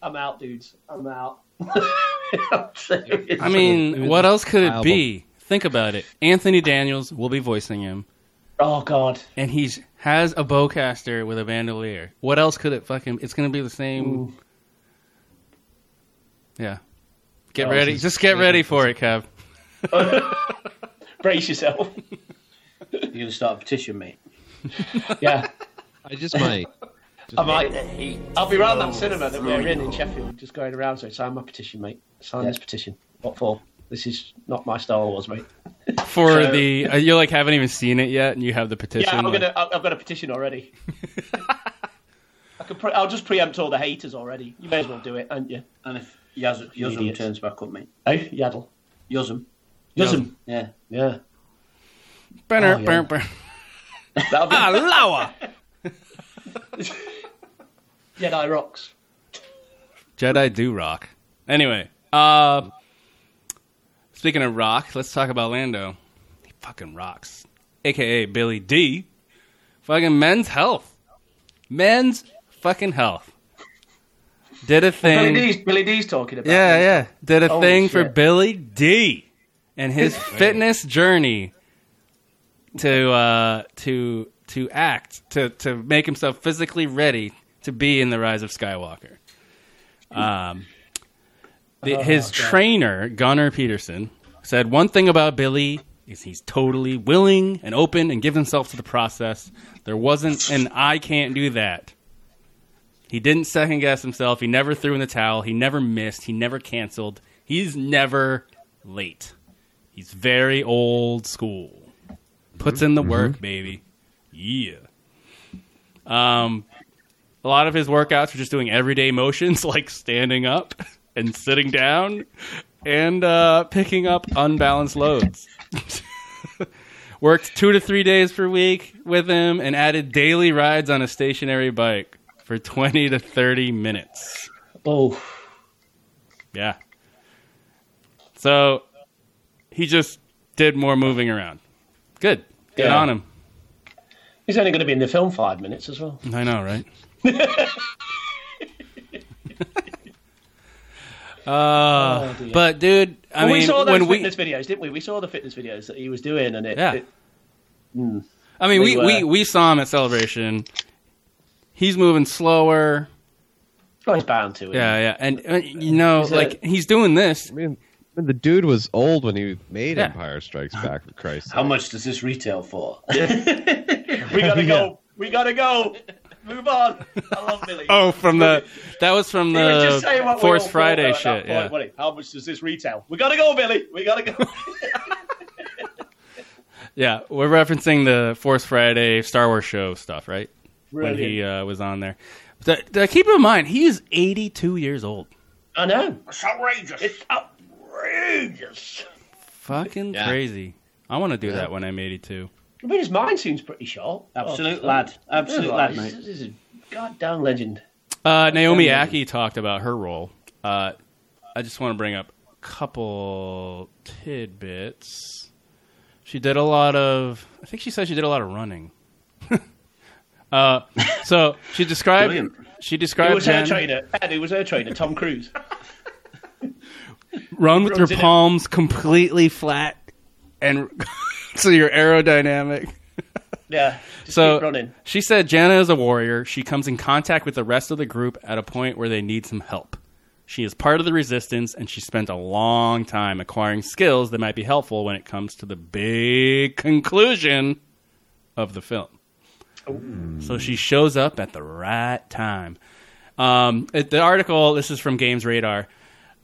Speaker 8: I'm out, dudes. I'm out. I'm serious.
Speaker 7: I mean, what else could it
Speaker 6: Album.
Speaker 7: be? Think about it. Anthony Daniels will be voicing him,
Speaker 8: oh God.
Speaker 7: and he's has a bowcaster with a bandolier. What else could it fucking? It's gonna be the same. Yeah. Get
Speaker 8: Oh,
Speaker 7: ready.
Speaker 6: this is
Speaker 7: Just get
Speaker 6: crazy.
Speaker 7: ready for it, Kev.
Speaker 8: Brace yourself.
Speaker 9: You're going to start a petition, mate.
Speaker 8: Yeah.
Speaker 6: I just might.
Speaker 8: I might. I'll be round that cinema that we're in in Sheffield, just going around. So sign my petition, mate. Sign this petition. What for? This is not my Star Wars, mate.
Speaker 7: For
Speaker 8: So-
Speaker 7: the uh, you like haven't even seen it yet, and you have the petition.
Speaker 8: Yeah, I'm
Speaker 7: like-
Speaker 8: gonna. I- I've got a petition already. I could. Pre- I'll just preempt all the haters already. You may as well do it, aren't you?
Speaker 9: And if Yaz- Yuzum
Speaker 8: Idiot.
Speaker 9: turns back up, mate.
Speaker 8: Oh, Yaddle.
Speaker 9: Yuzum.
Speaker 8: Yuzum.
Speaker 9: Yeah.
Speaker 8: Yeah.
Speaker 7: Burner,
Speaker 8: Oh, yeah.
Speaker 7: burn, burn.
Speaker 8: That'll be
Speaker 7: Lower.
Speaker 8: Jedi rocks.
Speaker 7: Jedi do rock. Anyway, uh, speaking of rock, let's talk about Lando. He fucking rocks, aka Billy D. Fucking men's health, men's fucking health. Did a
Speaker 8: Billy
Speaker 7: thing.
Speaker 8: D's, Billy D's talking about.
Speaker 7: Yeah,
Speaker 8: it.
Speaker 7: yeah. Did a
Speaker 8: Holy
Speaker 7: thing for
Speaker 8: shit.
Speaker 7: Billy D and his fitness journey to uh, to to act to to make himself physically ready to be in the Rise of Skywalker. Um, the,
Speaker 8: Oh,
Speaker 7: his trainer Gunnar Peterson said one thing about Billy is he's totally willing and open and gives himself to the process. There wasn't an I can't do that. He didn't second guess himself. He never threw in the towel. He never missed. He never canceled. He's never late. He's very old school. Puts in the work, baby. Yeah. Um, a lot of his workouts were just doing everyday motions like standing up and sitting down and uh, picking up unbalanced loads. Worked two to three days per week with him and added daily rides on a stationary bike for 20 to 30 minutes.
Speaker 8: Oh,
Speaker 7: Yeah. So he just did more moving around. Good. Good
Speaker 8: Yeah.
Speaker 7: on him.
Speaker 8: he's only going to be in the film five minutes as well.
Speaker 7: I know, right? uh,
Speaker 8: dear.
Speaker 7: but dude, I
Speaker 8: Well,
Speaker 7: mean,
Speaker 8: we saw those
Speaker 7: when we,
Speaker 8: fitness videos, didn't we? We saw the fitness videos that he was doing, and it.
Speaker 7: Yeah.
Speaker 8: it-
Speaker 7: I mean, we,
Speaker 8: we
Speaker 7: we,
Speaker 8: were-
Speaker 7: we saw him at Celebration. He's moving slower.
Speaker 8: well, he's bound to it.
Speaker 7: Yeah, yeah, and, and, you know,
Speaker 8: He's a-
Speaker 7: like he's doing this.
Speaker 6: I mean, I mean, the dude was old when he made
Speaker 7: Yeah.
Speaker 6: Empire Strikes Back. For Christ's
Speaker 9: How
Speaker 6: sake.
Speaker 9: much does this retail for?
Speaker 8: We gotta go. We gotta go. Move on. I love Billy.
Speaker 7: Oh, from the that was from
Speaker 8: He was just saying
Speaker 7: the
Speaker 8: what we all
Speaker 7: Force
Speaker 8: thought
Speaker 7: Friday
Speaker 8: at that
Speaker 7: shit.
Speaker 8: point,
Speaker 7: Yeah.
Speaker 8: wasn't he? How much does this retail? We gotta go, Billy. We gotta go.
Speaker 7: Yeah, we're referencing the Force Friday Star Wars show stuff, right? When he
Speaker 8: Brilliant.
Speaker 7: uh, was on there. Th- th- keep in mind, he is 82 years old. uh,
Speaker 8: I know. It's outrageous. It's outrageous.
Speaker 7: Fucking
Speaker 6: Yeah.
Speaker 7: crazy. I want to do that when I'm 82.
Speaker 8: I mean, his mind seems pretty sharp.
Speaker 9: Absolute
Speaker 8: Oh,
Speaker 9: lad.
Speaker 8: he's-
Speaker 9: Absolute lad,
Speaker 8: he's-
Speaker 9: mate.
Speaker 8: He's a goddamn legend.
Speaker 7: Uh, Naomi Aki talked about her role. Uh, I just want to bring up a couple tidbits. She did a lot of. I think she said she did a lot of running. uh, so she described.
Speaker 9: Brilliant.
Speaker 7: She
Speaker 8: Who
Speaker 7: described
Speaker 8: was her
Speaker 7: him-
Speaker 8: trainer? Ed, who was her trainer? Tom Cruise.
Speaker 7: run with your
Speaker 8: Runs it in.
Speaker 7: palms completely flat and so you're aerodynamic
Speaker 8: Yeah. Just
Speaker 7: So-
Speaker 8: keep running.
Speaker 7: she said jana is a warrior she comes in contact with the rest of the group at a point where they need some help she is part of the resistance and she spent a long time acquiring skills that might be helpful when it comes to the big conclusion of the film so she shows up at the right time um, it- the article this is from games radar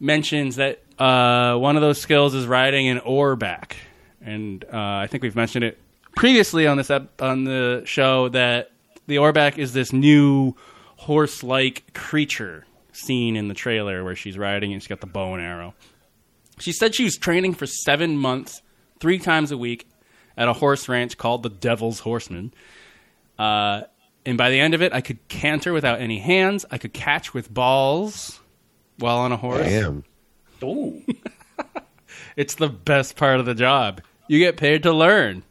Speaker 7: mentions that uh, one of those skills is riding an oar back, and uh, I think we've mentioned it previously on this ep- on the show that the oar back is this new horse-like creature seen in the trailer where she's riding and she's got the bow and arrow. She said she was training for seven months, three times a week, at a horse ranch called the Devil's Horseman. Uh, and by the end of it, I could canter without any hands. I could catch with balls while on a horse.
Speaker 6: Damn.
Speaker 8: Ooh.
Speaker 7: It's the best part of the job. You get paid to learn.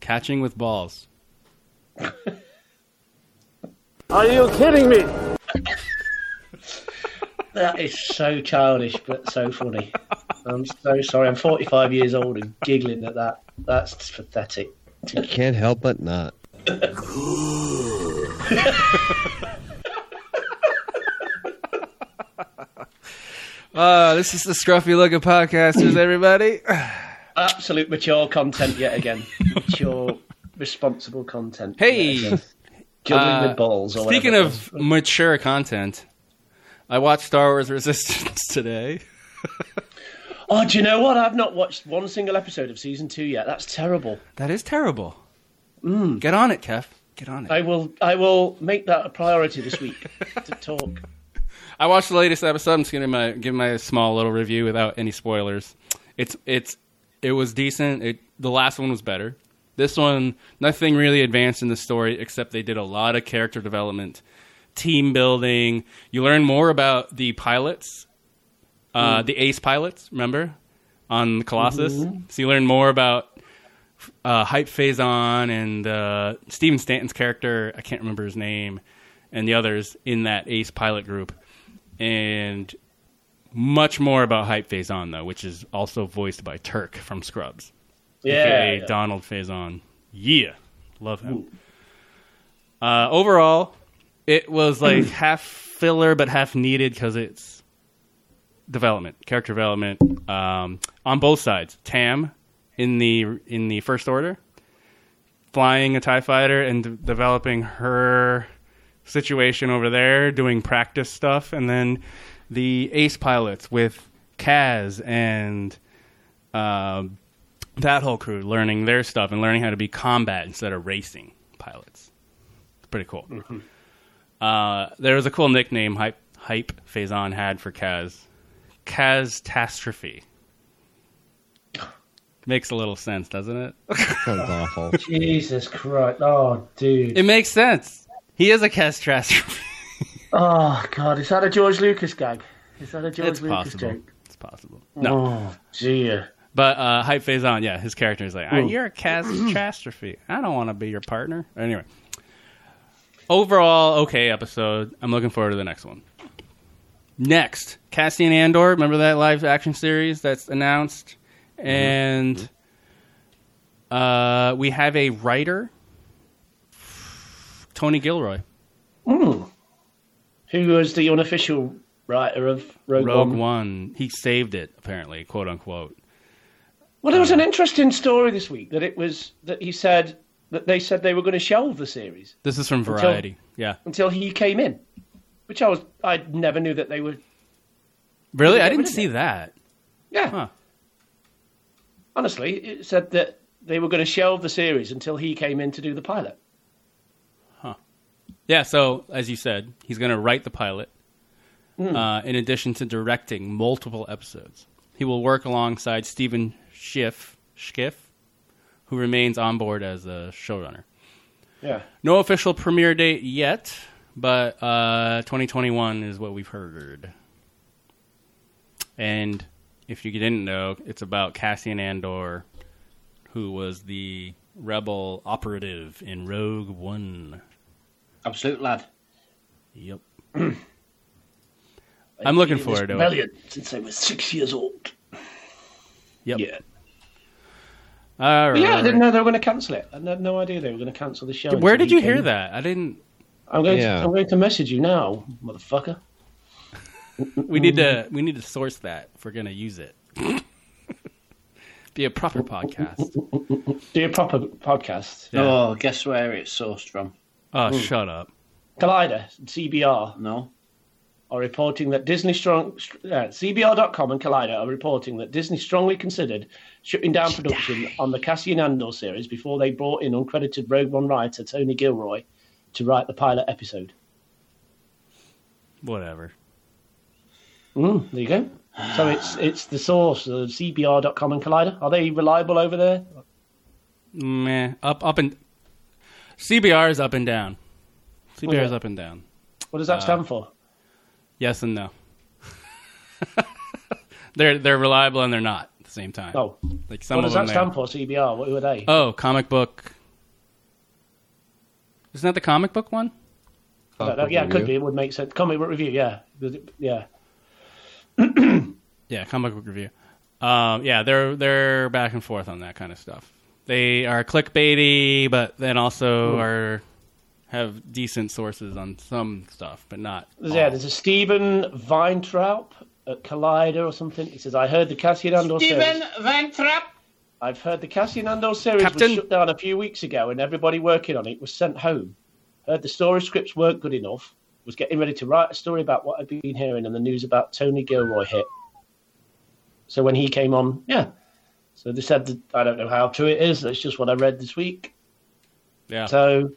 Speaker 7: Catching with balls.
Speaker 8: That is so childish, but so funny. I'm so sorry. I'm 45 years old and giggling at that. That's just pathetic.
Speaker 6: Can't help but not.
Speaker 7: Uh, this is the Scruffy Looking Podcasters, everybody.
Speaker 8: Absolute mature content yet again. Mature, responsible content. yet
Speaker 7: Hey,
Speaker 8: again. Juggling
Speaker 7: Uh,
Speaker 8: with balls. Or
Speaker 7: speaking
Speaker 8: whatever it
Speaker 7: of mature content, I watched Star Wars Resistance today.
Speaker 8: was. oh, do you know what? I've not watched one single episode of season two yet. That's terrible.
Speaker 7: That is terrible. Get on it, Kev. Get on it.
Speaker 8: I will, I will make that a priority this week to talk.
Speaker 7: I watched the latest episode. I'm just gonna my, give my small little review without any spoilers. It's it's it was decent. It, the last one was better. This one, nothing really advanced in the story except they did a lot of character development, team building. You learn more about the pilots, uh, the ace pilots. Remember on the Colossus, so you learn more about uh, Hype Phazon and uh, Steven Stanton's character. I can't remember his name, and the others in that ace pilot group and much more about Hype Faison though, which is also voiced by Turk from Scrubs,
Speaker 8: Yeah,
Speaker 7: aka
Speaker 8: yeah.
Speaker 7: Donald Faison. Yeah, love him. Uh, overall, it was like half filler but half needed because it's development, character development um, on both sides. Tam in the in the First Order, flying a Tie Fighter and de- developing her situation over there, doing practice stuff, and then the ace pilots with Kaz and um that whole crew learning their stuff and learning how to be combat instead of racing pilots. It's pretty cool. Uh, there was a cool nickname hype hype Faison had for Kaz, Kaz Catastrophe. Makes a little sense, doesn't it?
Speaker 6: Sounds awful.
Speaker 8: Jesus Christ! Oh, dude.
Speaker 7: It makes sense. He is a catastrophe.
Speaker 8: Oh God! Is that a George Lucas gag? Is that a George
Speaker 7: It's
Speaker 8: Lucas
Speaker 7: possible.
Speaker 8: joke?
Speaker 7: It's possible. No,
Speaker 8: Oh dear.
Speaker 7: But uh, Hype Phase on, yeah, his character is like, "Ah, you're a catastrophe. I don't want to be your partner. Anyway, overall, okay episode. I'm looking forward to the next one. Next, Cassian Andor. Remember that live action series that's announced?
Speaker 8: Mm-hmm.
Speaker 7: And uh, we have a writer, Tony Gilroy.
Speaker 8: Hmm. Who was the unofficial writer of Rogue,
Speaker 7: Rogue
Speaker 8: One?
Speaker 7: One. He saved it, apparently, quote unquote.
Speaker 8: Well, there was an interesting story this week that it was that he said that they said they were going to shelve the series
Speaker 7: This is from Variety. Yeah.
Speaker 8: until he came in, which I was I never knew that they were.
Speaker 7: Really? I
Speaker 8: get
Speaker 7: didn't
Speaker 8: rid of
Speaker 7: see
Speaker 8: it.
Speaker 7: that.
Speaker 8: Yeah.
Speaker 7: Huh.
Speaker 8: Honestly, it said that they were going to shelve the series until he came in to do the pilot.
Speaker 7: Yeah, so as you said, he's going to write the pilot. Uh, in addition to directing multiple episodes, he will work alongside Stephen Schiff, Schiff, who remains on board as the showrunner.
Speaker 8: Yeah.
Speaker 7: No official premiere date yet, but uh, 2021 is what we've heard. And if you didn't know, it's about Cassian Andor, who was the rebel operative in Rogue One.
Speaker 9: Absolute lad.
Speaker 7: Yep. I'm looking
Speaker 8: It was
Speaker 7: forward to it.
Speaker 8: Rebellion since I was six years old.
Speaker 7: Yep.
Speaker 8: Yeah.
Speaker 7: All
Speaker 8: But yeah, I
Speaker 7: right.
Speaker 8: didn't know they were going to cancel it. I had no idea they were going to cancel the show.
Speaker 7: Where
Speaker 8: until
Speaker 7: did
Speaker 8: he
Speaker 7: you
Speaker 8: came
Speaker 7: hear
Speaker 8: in.
Speaker 7: that? I didn't.
Speaker 8: I'm going,
Speaker 6: Yeah.
Speaker 8: to, I'm going to message you now, motherfucker.
Speaker 7: We need to. We need to source that if we're gonna use it. Be a proper podcast.
Speaker 8: Do your proper podcast.
Speaker 7: Yeah.
Speaker 9: Oh, guess where it's sourced from?
Speaker 8: Hmm.
Speaker 7: Oh, shut up.
Speaker 8: Collider, CBR,
Speaker 9: No.
Speaker 8: are reporting that Disney strong str- uh, CBR.com and Collider are reporting that Disney strongly considered shutting down production on the Cassian Andor series before they brought in uncredited Rogue One writer Tony Gilroy to write the pilot episode.
Speaker 7: Whatever.
Speaker 8: Mm, there you go. So it's it's the source, uh, CBR.com and Collider. Are they reliable over there?
Speaker 7: Meh. Up, up and CBR is up and down. CBR is
Speaker 8: that?
Speaker 7: up and down.
Speaker 8: What does that stand for?
Speaker 7: Yes and no. they're they're reliable and they're not at the same time.
Speaker 8: Oh.
Speaker 7: like some
Speaker 8: What
Speaker 7: of
Speaker 8: does
Speaker 7: them.
Speaker 8: that
Speaker 7: they-
Speaker 8: stand for? CBR. What were they?
Speaker 7: Oh, comic book. Isn't that the comic book one?
Speaker 8: I don't know. uh, yeah, it could be. It would make sense. Comic book review. Yeah, yeah.
Speaker 7: Yeah, comic book review. Um, yeah, they're they're back and forth on that kind of stuff. They are clickbaity, but then also are have decent sources on some stuff, but not.
Speaker 8: There's, yeah, there's a Stephen Weintraub at Collider or something. He says, "I heard the Cassian Andor
Speaker 9: Stephen
Speaker 8: series.
Speaker 9: Weintraub.
Speaker 8: I've heard the Cassian Andor series
Speaker 7: Captain.
Speaker 8: was shut down a few weeks ago, and everybody working on it was sent home. Heard the story scripts weren't good enough. Was getting ready to write a story about what I'd been hearing and the news about Tony Gilroy hit. So when he came on, yeah. So they said, that, I don't know how true it is. That's just what I read this week.
Speaker 7: Yeah.
Speaker 8: So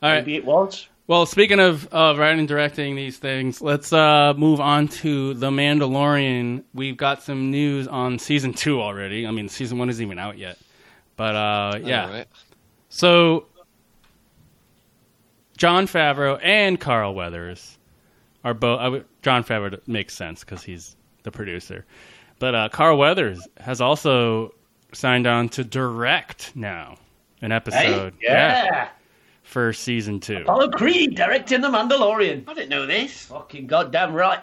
Speaker 7: All right.
Speaker 8: maybe it was.
Speaker 7: Well, speaking of, of writing and directing these things, let's uh, move on to The Mandalorian. We've got some news on season two already. I mean, season one isn't even out yet. But uh, yeah.
Speaker 6: All right.
Speaker 7: So, John Favreau and Carl Weathers are both. I would, John Favreau makes sense because he's the producer, but uh, Carl Weathers has also signed on to direct now an episode. for season two.
Speaker 8: Apollo Creed directing The Mandalorian. I didn't know this. Fucking goddamn right.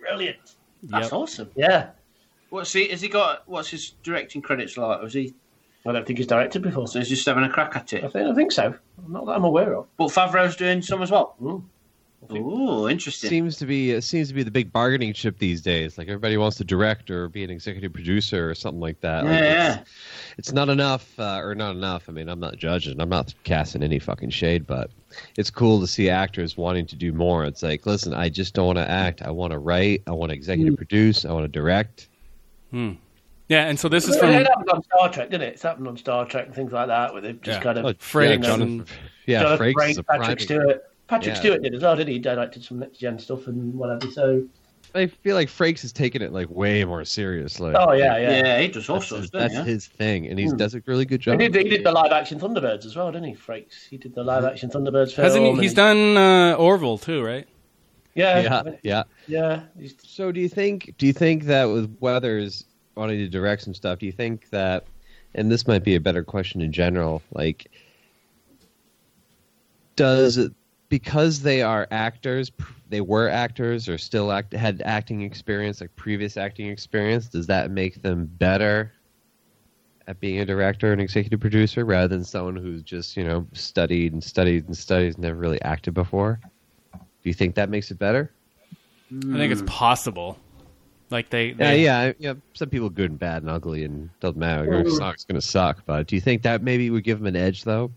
Speaker 8: Brilliant.
Speaker 9: That's
Speaker 7: Yep.
Speaker 9: awesome.
Speaker 8: Yeah.
Speaker 9: What's he? Has he got? What's his directing credits like? Was he?
Speaker 8: I don't think he's directed before.
Speaker 9: So he's just having a crack at
Speaker 8: I
Speaker 9: it.
Speaker 8: think, I think so. Not that I'm aware of.
Speaker 9: But Favreau's doing some as well.
Speaker 8: Ooh.
Speaker 9: Ooh, interesting.
Speaker 6: Seems to be it seems to be the big bargaining chip these days. Like everybody wants to direct or be an executive producer or something like that. Like,
Speaker 9: Yeah,
Speaker 6: it's-
Speaker 9: yeah.
Speaker 6: it's not enough uh, or not enough i mean i'm not judging i'm not casting any fucking shade but it's cool to see actors wanting to do more it's like listen i just don't want to act i want to write i want to executive produce i want to direct
Speaker 7: Yeah, and so this is
Speaker 8: It
Speaker 7: from
Speaker 8: happened on Star Trek, didn't it? It's happened on Star Trek and things like that, where they've just
Speaker 7: Yeah.
Speaker 8: kind of
Speaker 6: Oh,
Speaker 7: Frakes
Speaker 6: yeah,
Speaker 8: Frakes
Speaker 6: Jonathan-
Speaker 7: and-
Speaker 6: yeah,
Speaker 8: Jonathan
Speaker 6: Frakes
Speaker 8: Frakes,
Speaker 6: is a prime-
Speaker 8: Patrick Stewart. Patrick
Speaker 6: Yeah.
Speaker 8: Stewart did as well, didn't he? He Directed some next gen stuff and whatever. So,
Speaker 6: i feel like frakes is taking it like way more seriously
Speaker 8: oh yeah,
Speaker 9: Yeah.
Speaker 8: yeah.
Speaker 9: he does all
Speaker 6: that's,
Speaker 9: sorts, doesn't
Speaker 6: that's
Speaker 9: he?
Speaker 6: his thing and he does a really good
Speaker 8: He
Speaker 6: job
Speaker 8: did, he did the live action Thunderbirds as well, didn't he? Frakes. He did the live action Thunderbirds
Speaker 7: Mm-hmm.
Speaker 8: film.
Speaker 7: hasn't he,
Speaker 8: and
Speaker 7: he's done uh, Orville too, right?
Speaker 8: Yeah,
Speaker 6: yeah
Speaker 8: yeah.
Speaker 6: yeah
Speaker 8: He's,
Speaker 6: So do you think do you think that with Weathers wanting to direct some stuff, do you think that and this might be a better question in general, like does it because they are actors, pr- they were actors or still act had acting experience, like previous acting experience, does that make them better at being a director and executive producer rather than someone who's just, you know, studied and studied and studied and never really acted before? Do you think that makes it better?
Speaker 7: I think it's possible. Like they,
Speaker 6: Yeah,
Speaker 7: they
Speaker 6: Uh, yeah, I- yeah. Some people are good and bad and ugly and doesn't matter.
Speaker 8: Mm.
Speaker 6: Your song's gonna suck, but do you think that maybe would give them an edge though?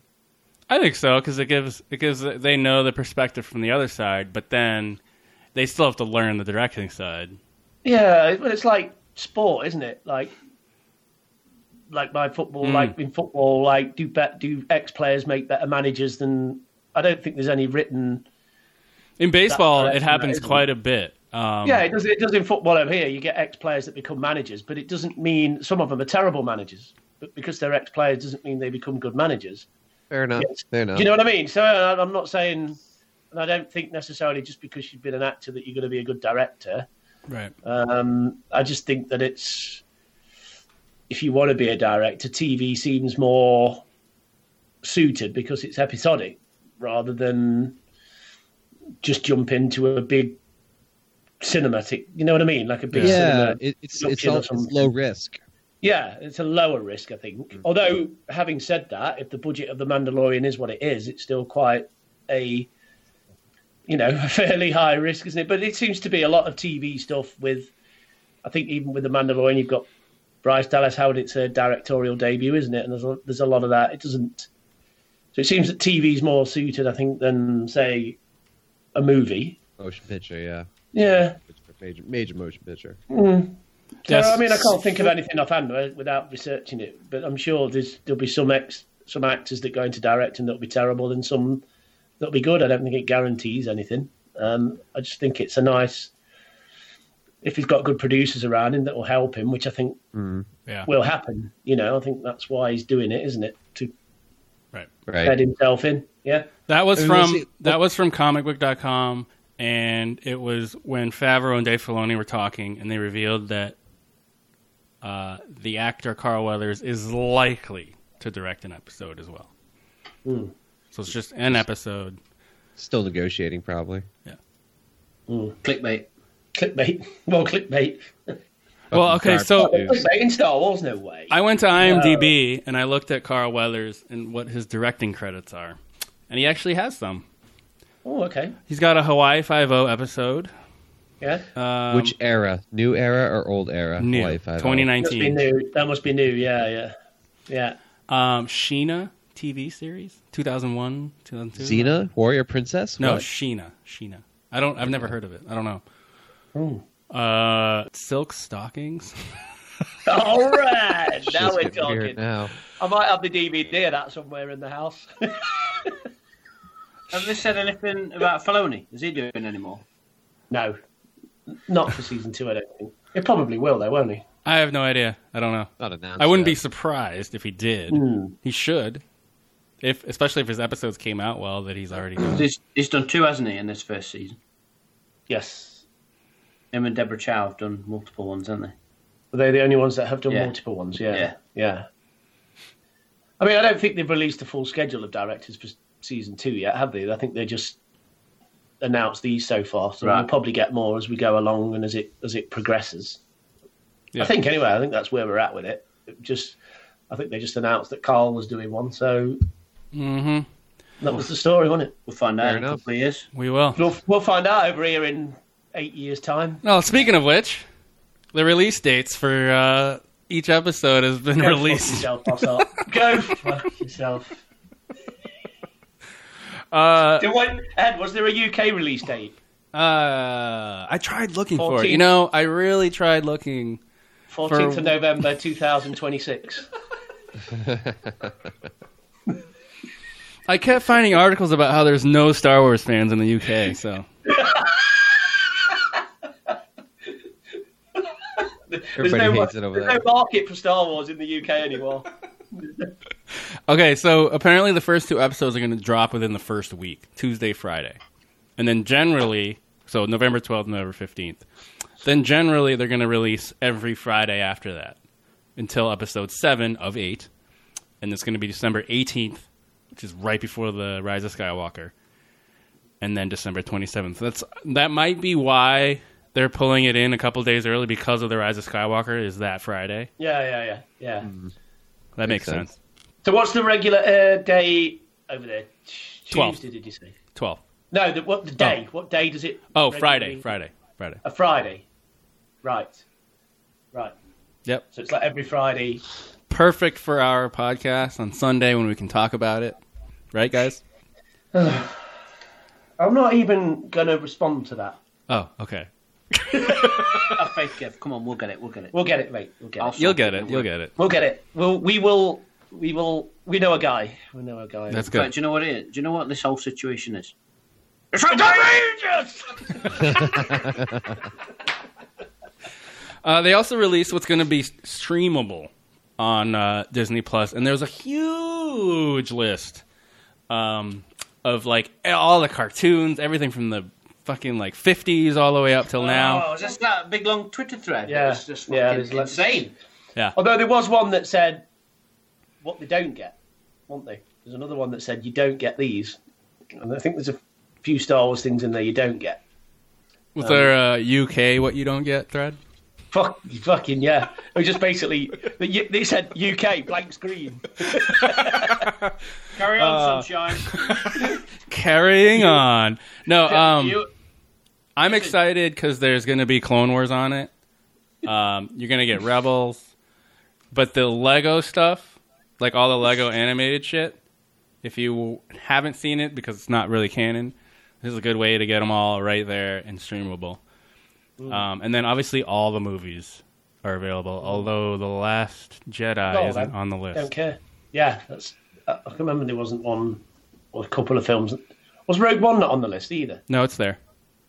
Speaker 7: I think so because it gives it gives they know the perspective from the other side, but then they still have to learn the directing side.
Speaker 8: Yeah, it- well, it's like sport, isn't it? Like, like my football, like in football, like do bet do ex players make better managers than? I don't think there's any written.
Speaker 7: In baseball,
Speaker 8: That-
Speaker 7: it
Speaker 8: that's
Speaker 7: happens
Speaker 8: amazing.
Speaker 7: quite a bit. Um,
Speaker 8: Yeah, it does. It does in football over here. You get ex players that become managers, but it doesn't mean some of them are terrible managers. But because they're ex players, doesn't mean they become good managers.
Speaker 6: Fair enough.
Speaker 8: Yes.
Speaker 6: Fair enough.
Speaker 8: Do you know what I mean? So uh, I'm not saying, and I don't think necessarily just because you've been an actor that you're going to be a good director.
Speaker 7: right.
Speaker 8: Um, I just think that it's if you want to be a director, TV seems more suited because it's episodic rather than just jump into a big cinematic. You know what I mean? Like a big
Speaker 6: yeah,
Speaker 8: cinema.
Speaker 6: it, it's it's,
Speaker 8: production
Speaker 6: all,
Speaker 8: or
Speaker 6: it's
Speaker 8: something.
Speaker 6: low risk.
Speaker 8: Yeah, it's a lower risk, I think. Although, having said that, if the budget of the Mandalorian is what it is, it's still quite a, you know, a fairly high risk, isn't it? But it seems to be a lot of TV stuff. With, I think even with the Mandalorian, you've got Bryce Dallas Howard. It's a directorial debut, isn't it? And there's a, there's a lot of that. It doesn't. So it seems that TV's more suited, I think, than say a movie.
Speaker 6: Motion picture, yeah.
Speaker 8: Yeah.
Speaker 6: Major, major motion picture.
Speaker 8: Yeah,
Speaker 7: Yes.
Speaker 8: I mean, I can't think of anything offhand uh, without researching it, but I'm sure there's, there'll be some ex, some actors that go into directing that'll be terrible and some that'll be good. I don't think it guarantees anything. Um, I just think it's a nice if he's got good producers around him that will help him, which I think
Speaker 6: Mm.
Speaker 7: Yeah.
Speaker 8: will happen. You know, I think that's why he's doing it, isn't it? To
Speaker 7: Right.
Speaker 8: bed
Speaker 6: Right.
Speaker 8: himself in. Yeah.
Speaker 7: That was
Speaker 6: I mean, we'll
Speaker 7: from
Speaker 6: see.
Speaker 7: that was from comicbook.com and it was when Favreau and Dave Filoni were talking and they revealed that uh, the actor Carl Weathers is likely to direct an episode as well.
Speaker 8: Hmm.
Speaker 7: So it's just an episode.
Speaker 6: Still negotiating, probably.
Speaker 9: Clickbait.
Speaker 8: Mm. Clickbait. Well, clickbait.
Speaker 7: Well,
Speaker 6: Fucking
Speaker 7: okay,
Speaker 6: dark
Speaker 7: so-
Speaker 6: news.
Speaker 8: Clickbait in Star Wars, no way.
Speaker 7: I went to IMDb and I looked at Carl Weathers and what his directing credits are. And he actually has some.
Speaker 8: oh, okay.
Speaker 7: He's got a Hawaii 50 episode.
Speaker 8: Yeah.
Speaker 7: Um,
Speaker 6: Which era? New era or old era?
Speaker 7: new,
Speaker 6: Hawaii Five-O.
Speaker 8: Must be
Speaker 7: 2019.
Speaker 8: new. That must be new. Yeah, yeah, yeah.
Speaker 7: Um, Sheena TV series, 2001, 2002.
Speaker 6: Xena, warrior princess.
Speaker 7: No,
Speaker 6: What?
Speaker 7: Sheena. Sheena. I don't. I've never heard of it. I don't know.
Speaker 8: Oh.
Speaker 6: Hmm.
Speaker 7: Uh, silk stockings.
Speaker 8: All right.
Speaker 6: Shit's
Speaker 8: now we're
Speaker 6: getting weird
Speaker 8: talking.
Speaker 6: Now,
Speaker 8: I might have the DVD of that somewhere in the house.
Speaker 9: Have they said anything about Filoni? Is he doing anymore?
Speaker 8: no, not for season two. I don't think it probably will, though, won't he?
Speaker 7: I have no idea. I don't know.
Speaker 6: not announced.
Speaker 7: I wouldn't be
Speaker 6: yet.
Speaker 7: surprised if he did.
Speaker 6: Hmm.
Speaker 8: Mm.
Speaker 7: He should. If especially if his episodes came out well, that he's already done.
Speaker 9: He's, he's done two, hasn't he, in this first season?
Speaker 8: Yes.
Speaker 9: Him and Deborah Chow have done multiple ones, haven't they?
Speaker 8: Are they the only ones that have done
Speaker 9: Yeah.
Speaker 8: multiple ones? Yeah.
Speaker 9: Yeah.
Speaker 8: yeah. I mean, I don't think they've released the full schedule of directors for season two yet, have they? I think they just announced these so far, so we'll
Speaker 9: Right.
Speaker 8: probably get more as we go along and as it as it progresses.
Speaker 7: Yeah.
Speaker 8: I think anyway. I think that's where we're at with it. It Just, I think they just announced that Carl was doing one, so
Speaker 6: Mm-hmm.
Speaker 7: hmm
Speaker 8: that was the story, wasn't it?
Speaker 9: We'll find out
Speaker 6: Fair
Speaker 9: in
Speaker 6: enough.
Speaker 9: a couple of years.
Speaker 7: We will.
Speaker 8: We'll we'll find out over here in eight years' time.
Speaker 7: Well, speaking of which, the release dates for uh, each episode has been
Speaker 8: Go
Speaker 7: released.
Speaker 8: fuck yourself, Bossart. Go fuck yourself.
Speaker 7: Uh,
Speaker 8: There wasn't- Ed, was there a UK release date?
Speaker 7: uh, I tried looking for it.
Speaker 8: 14.
Speaker 7: You know, I really tried looking.
Speaker 8: 14th
Speaker 7: For-
Speaker 8: of November 2026.
Speaker 7: I kept finding articles about how there's no Star Wars fans in the UK. So
Speaker 8: There's
Speaker 6: Everybody
Speaker 8: no,
Speaker 6: hates it over
Speaker 8: there's
Speaker 6: there.
Speaker 8: no market for Star Wars in the UK anymore.
Speaker 7: okay, so apparently the first two episodes are going to drop within the first week, Tuesday, Friday, and then generally, so November twelfth, November fifteenth. Then generally they're going to release every Friday after that until episode seven of eight, and it's going to be December eighteenth, which is right before the Rise of Skywalker, and then December twenty seventh. That's that might be why. They're pulling it in a couple days early because of the Rise of Skywalker is that Friday.
Speaker 8: Yeah, yeah, yeah, yeah.
Speaker 6: Hmm.
Speaker 7: That makes,
Speaker 6: Makes
Speaker 7: sense.
Speaker 6: sense.
Speaker 8: So what's the regular uh, day over there? T-
Speaker 7: Twelve.
Speaker 8: Tuesday, did you say?
Speaker 7: Twelve.
Speaker 8: No, the, what the day? What day does it?
Speaker 7: Oh,
Speaker 8: regularly-
Speaker 7: Friday, Friday, Friday.
Speaker 8: A Friday. Right. Right.
Speaker 7: Yep.
Speaker 8: So it's like every Friday.
Speaker 7: Perfect for our podcast on Sunday when we can talk about it. Right, guys?
Speaker 8: I'm not even going to respond to that.
Speaker 7: Oh, okay.
Speaker 9: Have faith, Kev. Come on, we'll get it. We'll get it.
Speaker 8: We'll get it, mate. We'll get
Speaker 9: I'll
Speaker 8: it.
Speaker 7: You'll get it. You'll get it.
Speaker 8: We'll get it. We'll, we will. We will. We know a guy. We know a guy.
Speaker 7: That's
Speaker 9: But
Speaker 7: good.
Speaker 9: do you know what it is? Do you know what this whole situation is?
Speaker 7: Uh, they also released what's going to be streamable on uh, Disney Plus, and there's a huge list um, of like all the cartoons, everything from the fucking like 50s all the way up till now.
Speaker 9: Oh, is this that big long Twitter thread?
Speaker 8: Yeah.
Speaker 9: It's just
Speaker 8: Yeah,
Speaker 9: fucking
Speaker 8: it's like-
Speaker 9: insane.
Speaker 8: Although there was one that said what they don't get, won't they? There's another one that said you don't get these, and I think there's a few Star Wars things in there you don't get.
Speaker 7: Was there uh, UK what you don't get thread?
Speaker 8: Fuck, fucking yeah. It was just basically they they said UK blank screen.
Speaker 9: Carry on,
Speaker 8: Ah.
Speaker 9: sunshine.
Speaker 7: Carrying on. No, um.
Speaker 9: you,
Speaker 7: I'm excited because there's going to be Clone Wars on it. Um, you're going to get Rebels, but the Lego stuff, like all the Lego animated shit. If you haven't seen it because it's not really canon, this is a good way to get them all right there and streamable.
Speaker 8: Mm.
Speaker 7: Um, and then obviously all the movies are available. Although the Last Jedi
Speaker 8: No,
Speaker 7: isn't
Speaker 8: then.
Speaker 7: on the
Speaker 8: Oh, don't
Speaker 7: list.
Speaker 8: care. Yeah, that's. I I can remember there wasn't one or a couple of films. Was Rogue One not on the list either?
Speaker 7: No, it's there.